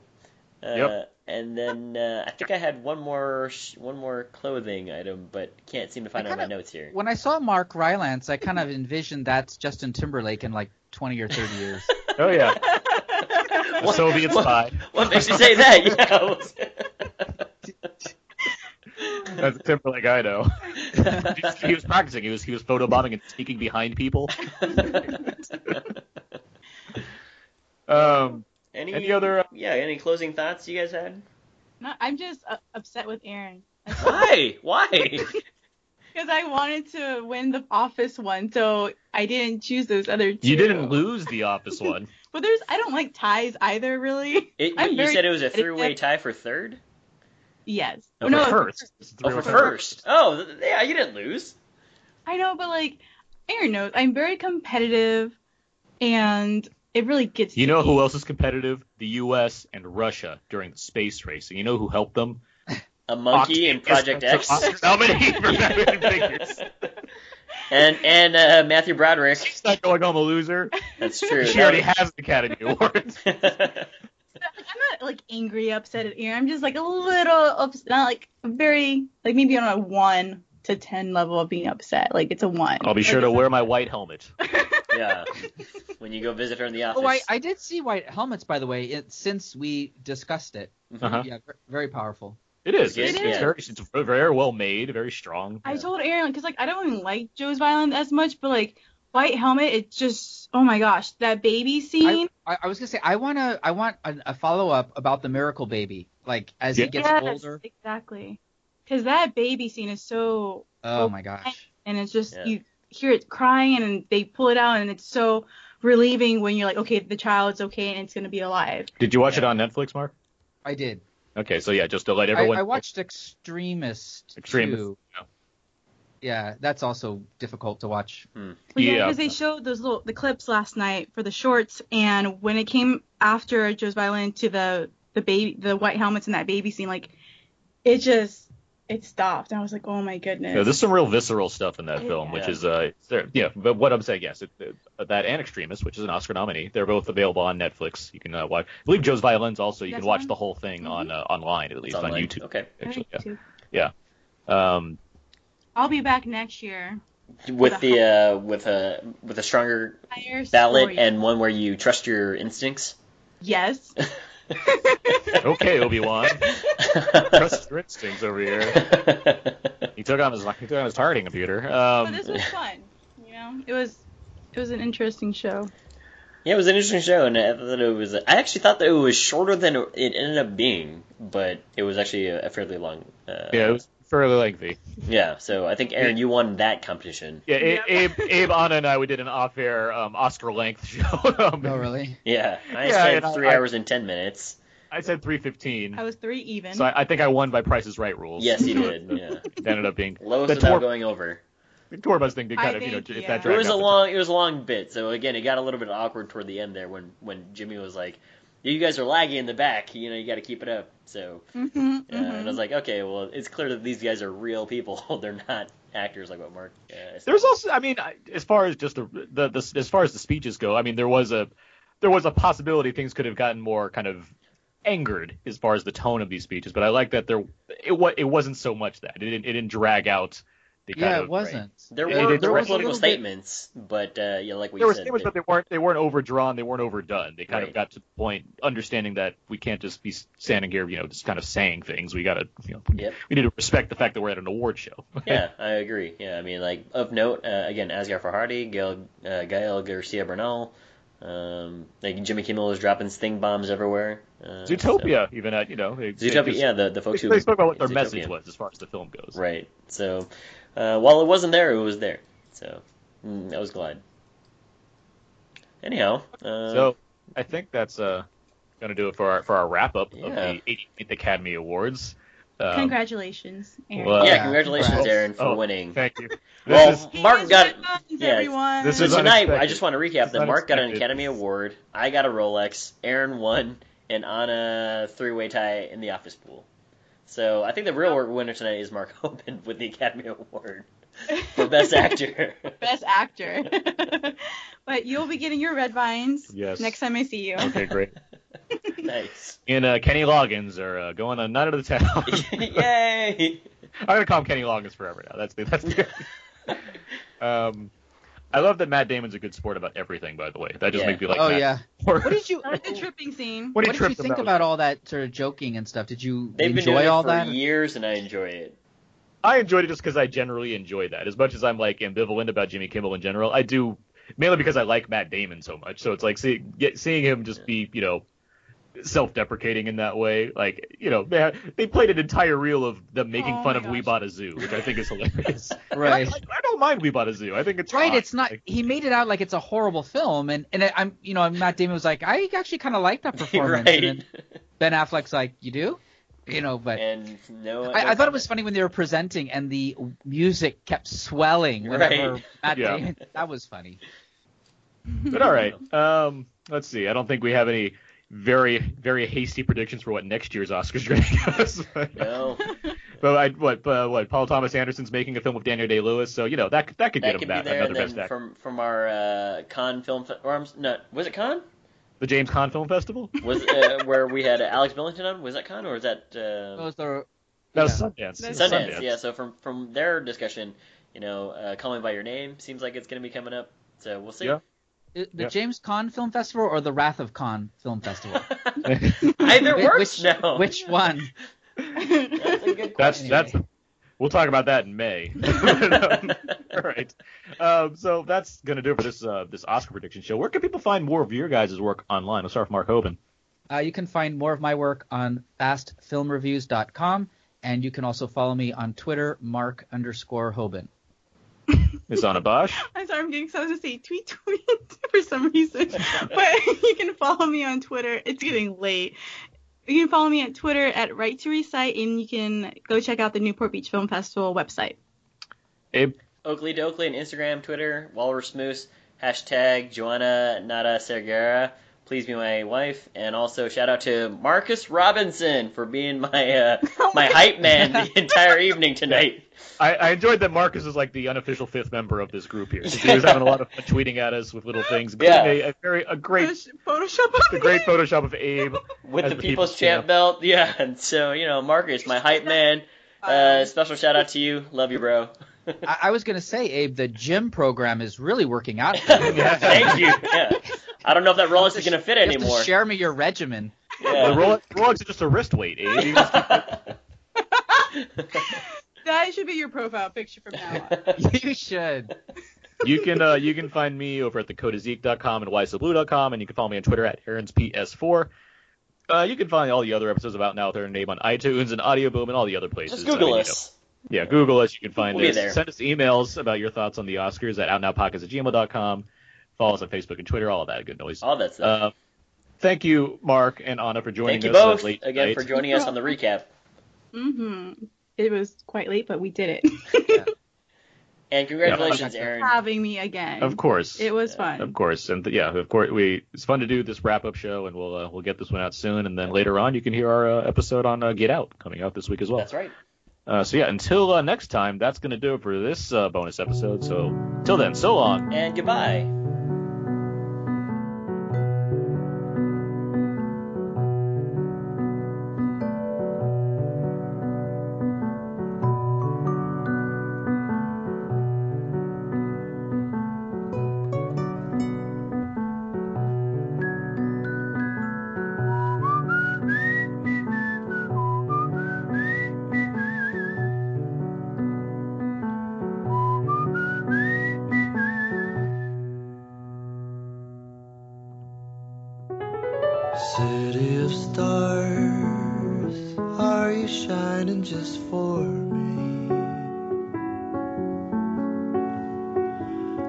[SPEAKER 2] Uh,
[SPEAKER 1] Yep.
[SPEAKER 2] And then uh, I think I had one more sh- one more clothing item, but can't seem to find
[SPEAKER 3] I
[SPEAKER 2] it on my
[SPEAKER 3] kinda-
[SPEAKER 2] notes here.
[SPEAKER 3] when I saw Mark Rylance, I kind of envisioned that's Justin Timberlake in like 20 or 30 years.
[SPEAKER 1] Oh yeah, the
[SPEAKER 2] What-
[SPEAKER 1] Soviet
[SPEAKER 2] what-
[SPEAKER 1] spy.
[SPEAKER 2] What makes you say that?
[SPEAKER 1] That's Timberlake I know.
[SPEAKER 2] Yeah.
[SPEAKER 1] he was practicing. He was he was photobombing and sneaking behind people. Um. Any other, uh, Um,
[SPEAKER 2] Yeah. Any closing thoughts you guys had?
[SPEAKER 4] No, I'm just uh, upset with Aaron.
[SPEAKER 2] Why? Why?
[SPEAKER 4] Because I wanted to win the office one, so I didn't choose those other two.
[SPEAKER 1] You didn't lose the office one.
[SPEAKER 4] But there's, I don't like ties either, really.
[SPEAKER 2] It,
[SPEAKER 4] I'm
[SPEAKER 2] you
[SPEAKER 4] very
[SPEAKER 2] said it was a
[SPEAKER 4] competitive.
[SPEAKER 2] three-way tie for third.
[SPEAKER 4] Yes.
[SPEAKER 2] Oh,
[SPEAKER 1] For
[SPEAKER 4] no,
[SPEAKER 1] first.
[SPEAKER 2] Oh, for first. Oh, th- th- yeah, you didn't lose.
[SPEAKER 4] I know, but like, Aaron knows I'm very competitive, and it really gets.
[SPEAKER 1] You
[SPEAKER 4] to
[SPEAKER 1] know
[SPEAKER 4] me.
[SPEAKER 1] who else is competitive? The U.S. and Russia during the space race. And you know who helped them?
[SPEAKER 2] A monkey
[SPEAKER 1] Oct-
[SPEAKER 2] and Project
[SPEAKER 1] Yes,
[SPEAKER 2] X,
[SPEAKER 1] Oscar nominee for Batman figures.
[SPEAKER 2] and and uh, Matthew Broderick.
[SPEAKER 1] She's not going home a loser.
[SPEAKER 2] That's true.
[SPEAKER 1] She already has the Academy Award.
[SPEAKER 4] Like, I'm not like angry, upset at Aaron. I'm just like a little upset. Not like very like maybe on a one to ten level of being upset. Like it's a one.
[SPEAKER 1] I'll be
[SPEAKER 4] Like,
[SPEAKER 1] sure to
[SPEAKER 4] it's
[SPEAKER 1] wear my white helmet.
[SPEAKER 2] yeah. When you go visit her in the office.
[SPEAKER 3] Oh, I, I did see white helmets, by the way, it, since we discussed it.
[SPEAKER 2] Mm-hmm.
[SPEAKER 1] Uh-huh.
[SPEAKER 3] Yeah, ver- very powerful.
[SPEAKER 1] It is.
[SPEAKER 2] It
[SPEAKER 1] it's,
[SPEAKER 4] is.
[SPEAKER 1] It's, very, it's very well made, very strong.
[SPEAKER 4] I told Aaron because like I don't even like Joe's Violin as much, but like White Helmet, it just oh my gosh, that baby scene.
[SPEAKER 3] I, I was gonna say I wanna I want a, a follow up about the miracle baby, like as
[SPEAKER 1] Yeah.
[SPEAKER 3] he gets
[SPEAKER 4] yes,
[SPEAKER 3] older.
[SPEAKER 4] exactly. Because that baby scene is so,
[SPEAKER 3] Oh my gosh.
[SPEAKER 4] and it's just
[SPEAKER 2] Yeah.
[SPEAKER 4] you hear it crying and they pull it out, and it's so relieving when you're like, okay, the child's okay and it's gonna be alive.
[SPEAKER 1] Did you watch it on Netflix, Mark?
[SPEAKER 3] I did.
[SPEAKER 1] Okay, so yeah, just to let
[SPEAKER 3] I,
[SPEAKER 1] everyone.
[SPEAKER 3] I watched Extremist.
[SPEAKER 1] Extremist,
[SPEAKER 3] too.
[SPEAKER 1] yeah.
[SPEAKER 3] Yeah, that's also difficult to watch.
[SPEAKER 4] Well,
[SPEAKER 1] Yeah.
[SPEAKER 4] yeah, because they showed those little the clips last night for the shorts, and when it came after Joe's violin to the the baby the white helmets and that baby scene, like it just it stopped, and I was like, oh my goodness.
[SPEAKER 1] Yeah, there's some real visceral stuff in that
[SPEAKER 4] Yeah.
[SPEAKER 1] film, which
[SPEAKER 2] Yeah.
[SPEAKER 1] is uh, it's there, yeah. But what I'm saying, yes, it, it- that and Extremist, which is an Oscar nominee, they're both available on Netflix. You can uh, watch. I believe Joe's Violins also. You
[SPEAKER 4] That's
[SPEAKER 1] can watch
[SPEAKER 4] on-
[SPEAKER 1] the whole thing
[SPEAKER 4] Mhm.
[SPEAKER 1] on uh, online at
[SPEAKER 2] It's
[SPEAKER 1] least on,
[SPEAKER 2] online.
[SPEAKER 1] YouTube.
[SPEAKER 2] Okay.
[SPEAKER 4] All right,
[SPEAKER 1] Actually,
[SPEAKER 4] too.
[SPEAKER 1] yeah. Um,
[SPEAKER 4] I'll be back next year.
[SPEAKER 2] With the
[SPEAKER 3] Uh-huh.
[SPEAKER 2] uh, with a with a stronger
[SPEAKER 4] Higher
[SPEAKER 2] ballot
[SPEAKER 4] story.
[SPEAKER 2] and one where you trust your instincts.
[SPEAKER 4] yes.
[SPEAKER 1] okay, Obi Wan. Trust your instincts over here. He took on his he took on his targeting computer.
[SPEAKER 4] but
[SPEAKER 1] Um,
[SPEAKER 4] this was fun. You know, it was it was an interesting show.
[SPEAKER 2] Yeah, it was an interesting show, and I thought it was. I actually thought that it was shorter than it ended up being, but it was actually a, a fairly long. Uh,
[SPEAKER 1] yeah, it was fairly lengthy.
[SPEAKER 2] yeah, So I think Aaron, you won that competition.
[SPEAKER 1] Yeah, A
[SPEAKER 4] Yep.
[SPEAKER 1] Abe, Abe, Anna, and I we did an off-air um, Oscar-length show. Um,
[SPEAKER 3] Oh really?
[SPEAKER 2] Yeah, I
[SPEAKER 1] Yeah,
[SPEAKER 2] spent
[SPEAKER 1] and I-
[SPEAKER 2] three
[SPEAKER 1] I-
[SPEAKER 2] hours and ten minutes.
[SPEAKER 1] I said three fifteen.
[SPEAKER 4] I was three even.
[SPEAKER 1] So I, I think I won by Price is Right rules.
[SPEAKER 2] Yes, you did. Yeah,
[SPEAKER 1] It ended up being
[SPEAKER 2] lowest
[SPEAKER 1] The
[SPEAKER 2] without
[SPEAKER 1] tour-
[SPEAKER 2] going over.
[SPEAKER 1] the tour bus thing did
[SPEAKER 4] I
[SPEAKER 1] kind of you know
[SPEAKER 4] think,
[SPEAKER 1] if
[SPEAKER 4] yeah.
[SPEAKER 1] that
[SPEAKER 4] There
[SPEAKER 2] It
[SPEAKER 1] dragged
[SPEAKER 2] was a
[SPEAKER 1] out the-
[SPEAKER 2] long, it was a long bit. So again, it got a little bit awkward toward the end there when when Jimmy was like, "You guys are laggy in the back. You know, you got to keep it up." So
[SPEAKER 4] hmm
[SPEAKER 2] yeah,
[SPEAKER 1] Mm-hmm.
[SPEAKER 2] and I was like, "Okay, well, it's clear that these guys are real people. They're not actors like what Mark." Uh,
[SPEAKER 1] There's
[SPEAKER 2] established.
[SPEAKER 1] also, I mean, I- as far as just the, the, the as far as the speeches go, I mean, there was a there was a possibility things could have gotten more kind of angered as far as the tone of these speeches, but I like that there it wa it wasn't so much that it didn't it didn't drag out the kind
[SPEAKER 3] Yeah,
[SPEAKER 1] of
[SPEAKER 3] it wasn't.
[SPEAKER 2] There
[SPEAKER 1] It-
[SPEAKER 2] were
[SPEAKER 1] it-
[SPEAKER 2] there,
[SPEAKER 1] there
[SPEAKER 2] were
[SPEAKER 1] was a
[SPEAKER 2] political
[SPEAKER 3] little bit-
[SPEAKER 2] statements, but uh, yeah, like we
[SPEAKER 1] There were
[SPEAKER 2] said,
[SPEAKER 1] statements,
[SPEAKER 2] they-
[SPEAKER 1] but they weren't they weren't overdrawn, they weren't overdone. They kind
[SPEAKER 2] Right.
[SPEAKER 1] of got to the point, understanding that we can't just be standing here, you know, just kind of saying things. We gotta, you know,
[SPEAKER 2] Yep.
[SPEAKER 1] we need to respect the fact that we're at an award show.
[SPEAKER 2] yeah, I agree. Yeah, I mean, like of note, uh, again, Asghar Farhadi, Gail, uh, Gael Garcia Bernal, um, like Jimmy Kimmel was dropping sting bombs everywhere. Uh, so-
[SPEAKER 1] Zootopia, even at you know, they, they
[SPEAKER 2] Zootopia,
[SPEAKER 1] just-
[SPEAKER 2] yeah, the, the folks
[SPEAKER 1] They,
[SPEAKER 2] who
[SPEAKER 1] they spoke about what their
[SPEAKER 2] Zootopia.
[SPEAKER 1] message was as far as the film goes.
[SPEAKER 2] Right. So, uh, while it wasn't there, it was there. So, mm, I was glad. Anyhow, uh,
[SPEAKER 1] So I think that's uh, gonna do it for our for our wrap up of
[SPEAKER 2] Yeah.
[SPEAKER 1] the 88th Academy Awards. Um,
[SPEAKER 4] Congratulations, Aaron.
[SPEAKER 1] well,
[SPEAKER 2] yeah,
[SPEAKER 3] Yeah,
[SPEAKER 2] congratulations,
[SPEAKER 3] congrats.
[SPEAKER 2] Aaron, for
[SPEAKER 1] uh, Oh,
[SPEAKER 2] winning.
[SPEAKER 1] Thank you. This
[SPEAKER 2] Well,
[SPEAKER 1] is-
[SPEAKER 4] He
[SPEAKER 2] Mark
[SPEAKER 4] has
[SPEAKER 2] got it.
[SPEAKER 4] guns,
[SPEAKER 2] Yeah,
[SPEAKER 4] everyone.
[SPEAKER 1] this
[SPEAKER 2] So
[SPEAKER 1] is
[SPEAKER 2] tonight, I
[SPEAKER 1] unexpected.
[SPEAKER 2] just want to recap
[SPEAKER 1] It's
[SPEAKER 2] that Mark got an
[SPEAKER 1] unexpected.
[SPEAKER 2] Academy Award, I got a Rolex, Aaron won, and Anna three-way tie in the office pool. So I think the real winner tonight is Mark Hoban with the Academy Award for Best Actor.
[SPEAKER 4] best actor. but you'll be getting your red vines
[SPEAKER 1] Yes.
[SPEAKER 4] next time I see you.
[SPEAKER 1] Okay, great.
[SPEAKER 2] nice.
[SPEAKER 1] And uh, Kenny Loggins are uh, going on night out of the town.
[SPEAKER 2] Yay!
[SPEAKER 1] I'm gonna call him Kenny Loggins forever now. That's the that's the. um, I love that Matt Damon's a good sport about everything. By the way, that just
[SPEAKER 2] Yeah.
[SPEAKER 1] makes me like.
[SPEAKER 3] oh
[SPEAKER 1] Matt
[SPEAKER 3] yeah.
[SPEAKER 1] more.
[SPEAKER 3] What did you
[SPEAKER 4] Not the tripping scene.
[SPEAKER 1] What
[SPEAKER 3] what did you think about all that sort of joking and stuff? Did you
[SPEAKER 2] They've been
[SPEAKER 3] enjoy
[SPEAKER 2] doing
[SPEAKER 3] all
[SPEAKER 2] it for
[SPEAKER 3] that?
[SPEAKER 2] years, and I enjoy it.
[SPEAKER 1] I enjoyed it just because I generally enjoy that. As much as I'm like ambivalent about Jimmy Kimmel in general, I do mainly because I like Matt Damon so much. So it's like see, get, seeing him just be, you know, self-deprecating in that way. Like, you know, they, they played an entire reel of them making
[SPEAKER 4] Oh
[SPEAKER 1] fun
[SPEAKER 4] my
[SPEAKER 1] of We
[SPEAKER 4] gosh.
[SPEAKER 1] Bought a Zoo, which I think is hilarious.
[SPEAKER 3] Right.
[SPEAKER 1] I, I don't mind We Bought a Zoo. I think it's
[SPEAKER 3] Right,
[SPEAKER 1] fine.
[SPEAKER 3] it's not.
[SPEAKER 1] Like,
[SPEAKER 3] He made it out like it's a horrible film, and and I, I'm, you know, Matt Damon was like, I actually kind of like that performance.
[SPEAKER 2] right.
[SPEAKER 3] And then Ben Affleck's like, you do, you know, but
[SPEAKER 2] And no, no
[SPEAKER 3] I, I thought it
[SPEAKER 2] comment.
[SPEAKER 3] was funny when they were presenting and the music kept swelling. Whenever
[SPEAKER 2] Right.
[SPEAKER 3] Matt
[SPEAKER 1] Yeah.
[SPEAKER 3] Damon, that was funny.
[SPEAKER 1] but all right. Um, let's see. I don't think we have any very very hasty predictions for what next year's Oscars are going to give us. But,
[SPEAKER 2] No,
[SPEAKER 1] but I, what uh, what Paul Thomas Anderson's making a film with Daniel Day Lewis, so you know that that could get
[SPEAKER 2] that could
[SPEAKER 1] him
[SPEAKER 2] be
[SPEAKER 1] back
[SPEAKER 2] there.
[SPEAKER 1] another
[SPEAKER 2] And
[SPEAKER 1] Best
[SPEAKER 2] then
[SPEAKER 1] Actor.
[SPEAKER 2] from from our uh, con film fe- or I'm, s- no, was it con?
[SPEAKER 1] The James Conn Film Festival.
[SPEAKER 2] Was uh, where we had Alex Billington on? Was that con or was that? Uh,
[SPEAKER 3] Those are
[SPEAKER 1] That was
[SPEAKER 3] Yeah.
[SPEAKER 1] Sundance.
[SPEAKER 4] That's
[SPEAKER 2] Sundance, yeah. So from from their discussion, you know, uh, "Call Me by Your Name" seems like it's going to be coming up. So we'll see.
[SPEAKER 1] Yeah.
[SPEAKER 3] the
[SPEAKER 1] Yeah.
[SPEAKER 3] James Conn Film Festival or the Wrath of Conn Film Festival.
[SPEAKER 2] Either
[SPEAKER 3] Whi-
[SPEAKER 2] works
[SPEAKER 3] which,
[SPEAKER 2] now.
[SPEAKER 3] which one?
[SPEAKER 2] That's a good
[SPEAKER 1] That's
[SPEAKER 2] question.
[SPEAKER 1] that's. We'll talk about that in May. All right. Um, so that's gonna do it for this uh, this Oscar prediction show. Where can people find more of your guys' work online? Let's start with Mark Hoban.
[SPEAKER 3] Uh, you can find more of my work on fastfilmreviews.com, and you can also follow me on Twitter, Mark underscore Hoban.
[SPEAKER 1] Ms. Anna Bosch.
[SPEAKER 4] I'm sorry, I'm getting so I was gonna say tweet tweet for some reason. But you can follow me on Twitter. It's getting late. You can follow me at Twitter at Right to Recite, and you can go check out the Newport Beach Film Festival website.
[SPEAKER 1] Abe.
[SPEAKER 2] Oakley to Oakley on Instagram, Twitter, Walrus Moose, hashtag Joanna Nada Sergera. Please be my wife, and also shout out to Marcus Robinson for being my uh,
[SPEAKER 4] Oh
[SPEAKER 2] my hype man the entire evening tonight.
[SPEAKER 1] I, I enjoyed that Marcus is like the unofficial fifth member of this group here. He was having a lot of fun tweeting at us with little things,
[SPEAKER 2] Yeah.
[SPEAKER 1] including a, a very a great
[SPEAKER 4] Photosh- Photoshop of
[SPEAKER 1] a great
[SPEAKER 4] it.
[SPEAKER 1] Photoshop of Abe.
[SPEAKER 2] with
[SPEAKER 1] As
[SPEAKER 2] the
[SPEAKER 1] the
[SPEAKER 2] People's,
[SPEAKER 1] People's
[SPEAKER 2] Champ
[SPEAKER 1] Champ.
[SPEAKER 2] belt. Yeah, and so you know, Marcus, my hype man.
[SPEAKER 4] Um,
[SPEAKER 2] Uh, special shout out to you. Love you, bro.
[SPEAKER 3] I, I was going to say, Abe, the gym program is really working out. for you.
[SPEAKER 2] Thank you. Yeah. I don't know if that Rolex is gonna fit
[SPEAKER 3] You have
[SPEAKER 2] anymore.
[SPEAKER 3] to share me your regimen.
[SPEAKER 1] The
[SPEAKER 2] Yeah.
[SPEAKER 1] Rolex, Rolex is just a wrist weight, Abe. You just-
[SPEAKER 4] That should be your profile picture from now on.
[SPEAKER 3] you should.
[SPEAKER 1] you can uh, you can find me over at thecodazeek.com and ysoblue.com, and you can follow me on Twitter at aaron'sps4. Uh, you can find all the other episodes of Out Now with Aaron and Abe on iTunes and Audio Boom and all the other places.
[SPEAKER 2] Just
[SPEAKER 1] I
[SPEAKER 2] Google
[SPEAKER 1] mean, you
[SPEAKER 2] us.
[SPEAKER 1] know. yeah, Google us. You can find
[SPEAKER 2] We'll be
[SPEAKER 1] us.
[SPEAKER 2] there.
[SPEAKER 1] Send us emails about your thoughts on the Oscars at outnowpockets at gmail.com. Follow us on Facebook and Twitter, all that good noise.
[SPEAKER 2] All that stuff.
[SPEAKER 1] Uh, thank you, Mark and Anna, for joining
[SPEAKER 2] Thank you
[SPEAKER 1] us.
[SPEAKER 2] both
[SPEAKER 1] at late
[SPEAKER 2] again
[SPEAKER 1] night.
[SPEAKER 2] for joining us on the recap.
[SPEAKER 4] hmm It was quite late, but we did it.
[SPEAKER 2] And congratulations, Aaron.
[SPEAKER 4] Having me again.
[SPEAKER 1] Of course.
[SPEAKER 4] It was
[SPEAKER 2] Yeah.
[SPEAKER 4] fun.
[SPEAKER 1] Of course, and th- yeah, of course, we it's fun to do this wrap up show, and we'll uh, we'll get this one out soon, and then later on you can hear our uh, episode on uh, Get Out coming out this week as well.
[SPEAKER 2] That's right.
[SPEAKER 1] Uh, so yeah, until uh, next time, that's gonna do it for this uh, bonus episode. So till then, so long.
[SPEAKER 2] And goodbye.
[SPEAKER 5] City of stars, are you shining just for me?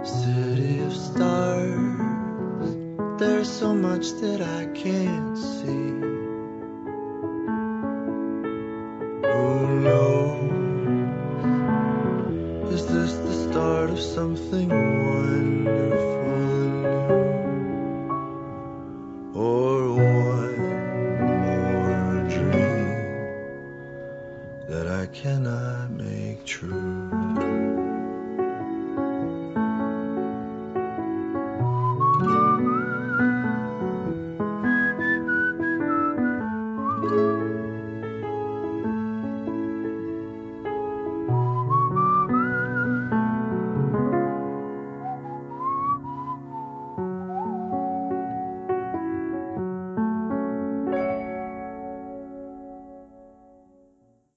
[SPEAKER 5] City of stars, there's so much that I can't see. Who knows? Is this the start of something wonderful?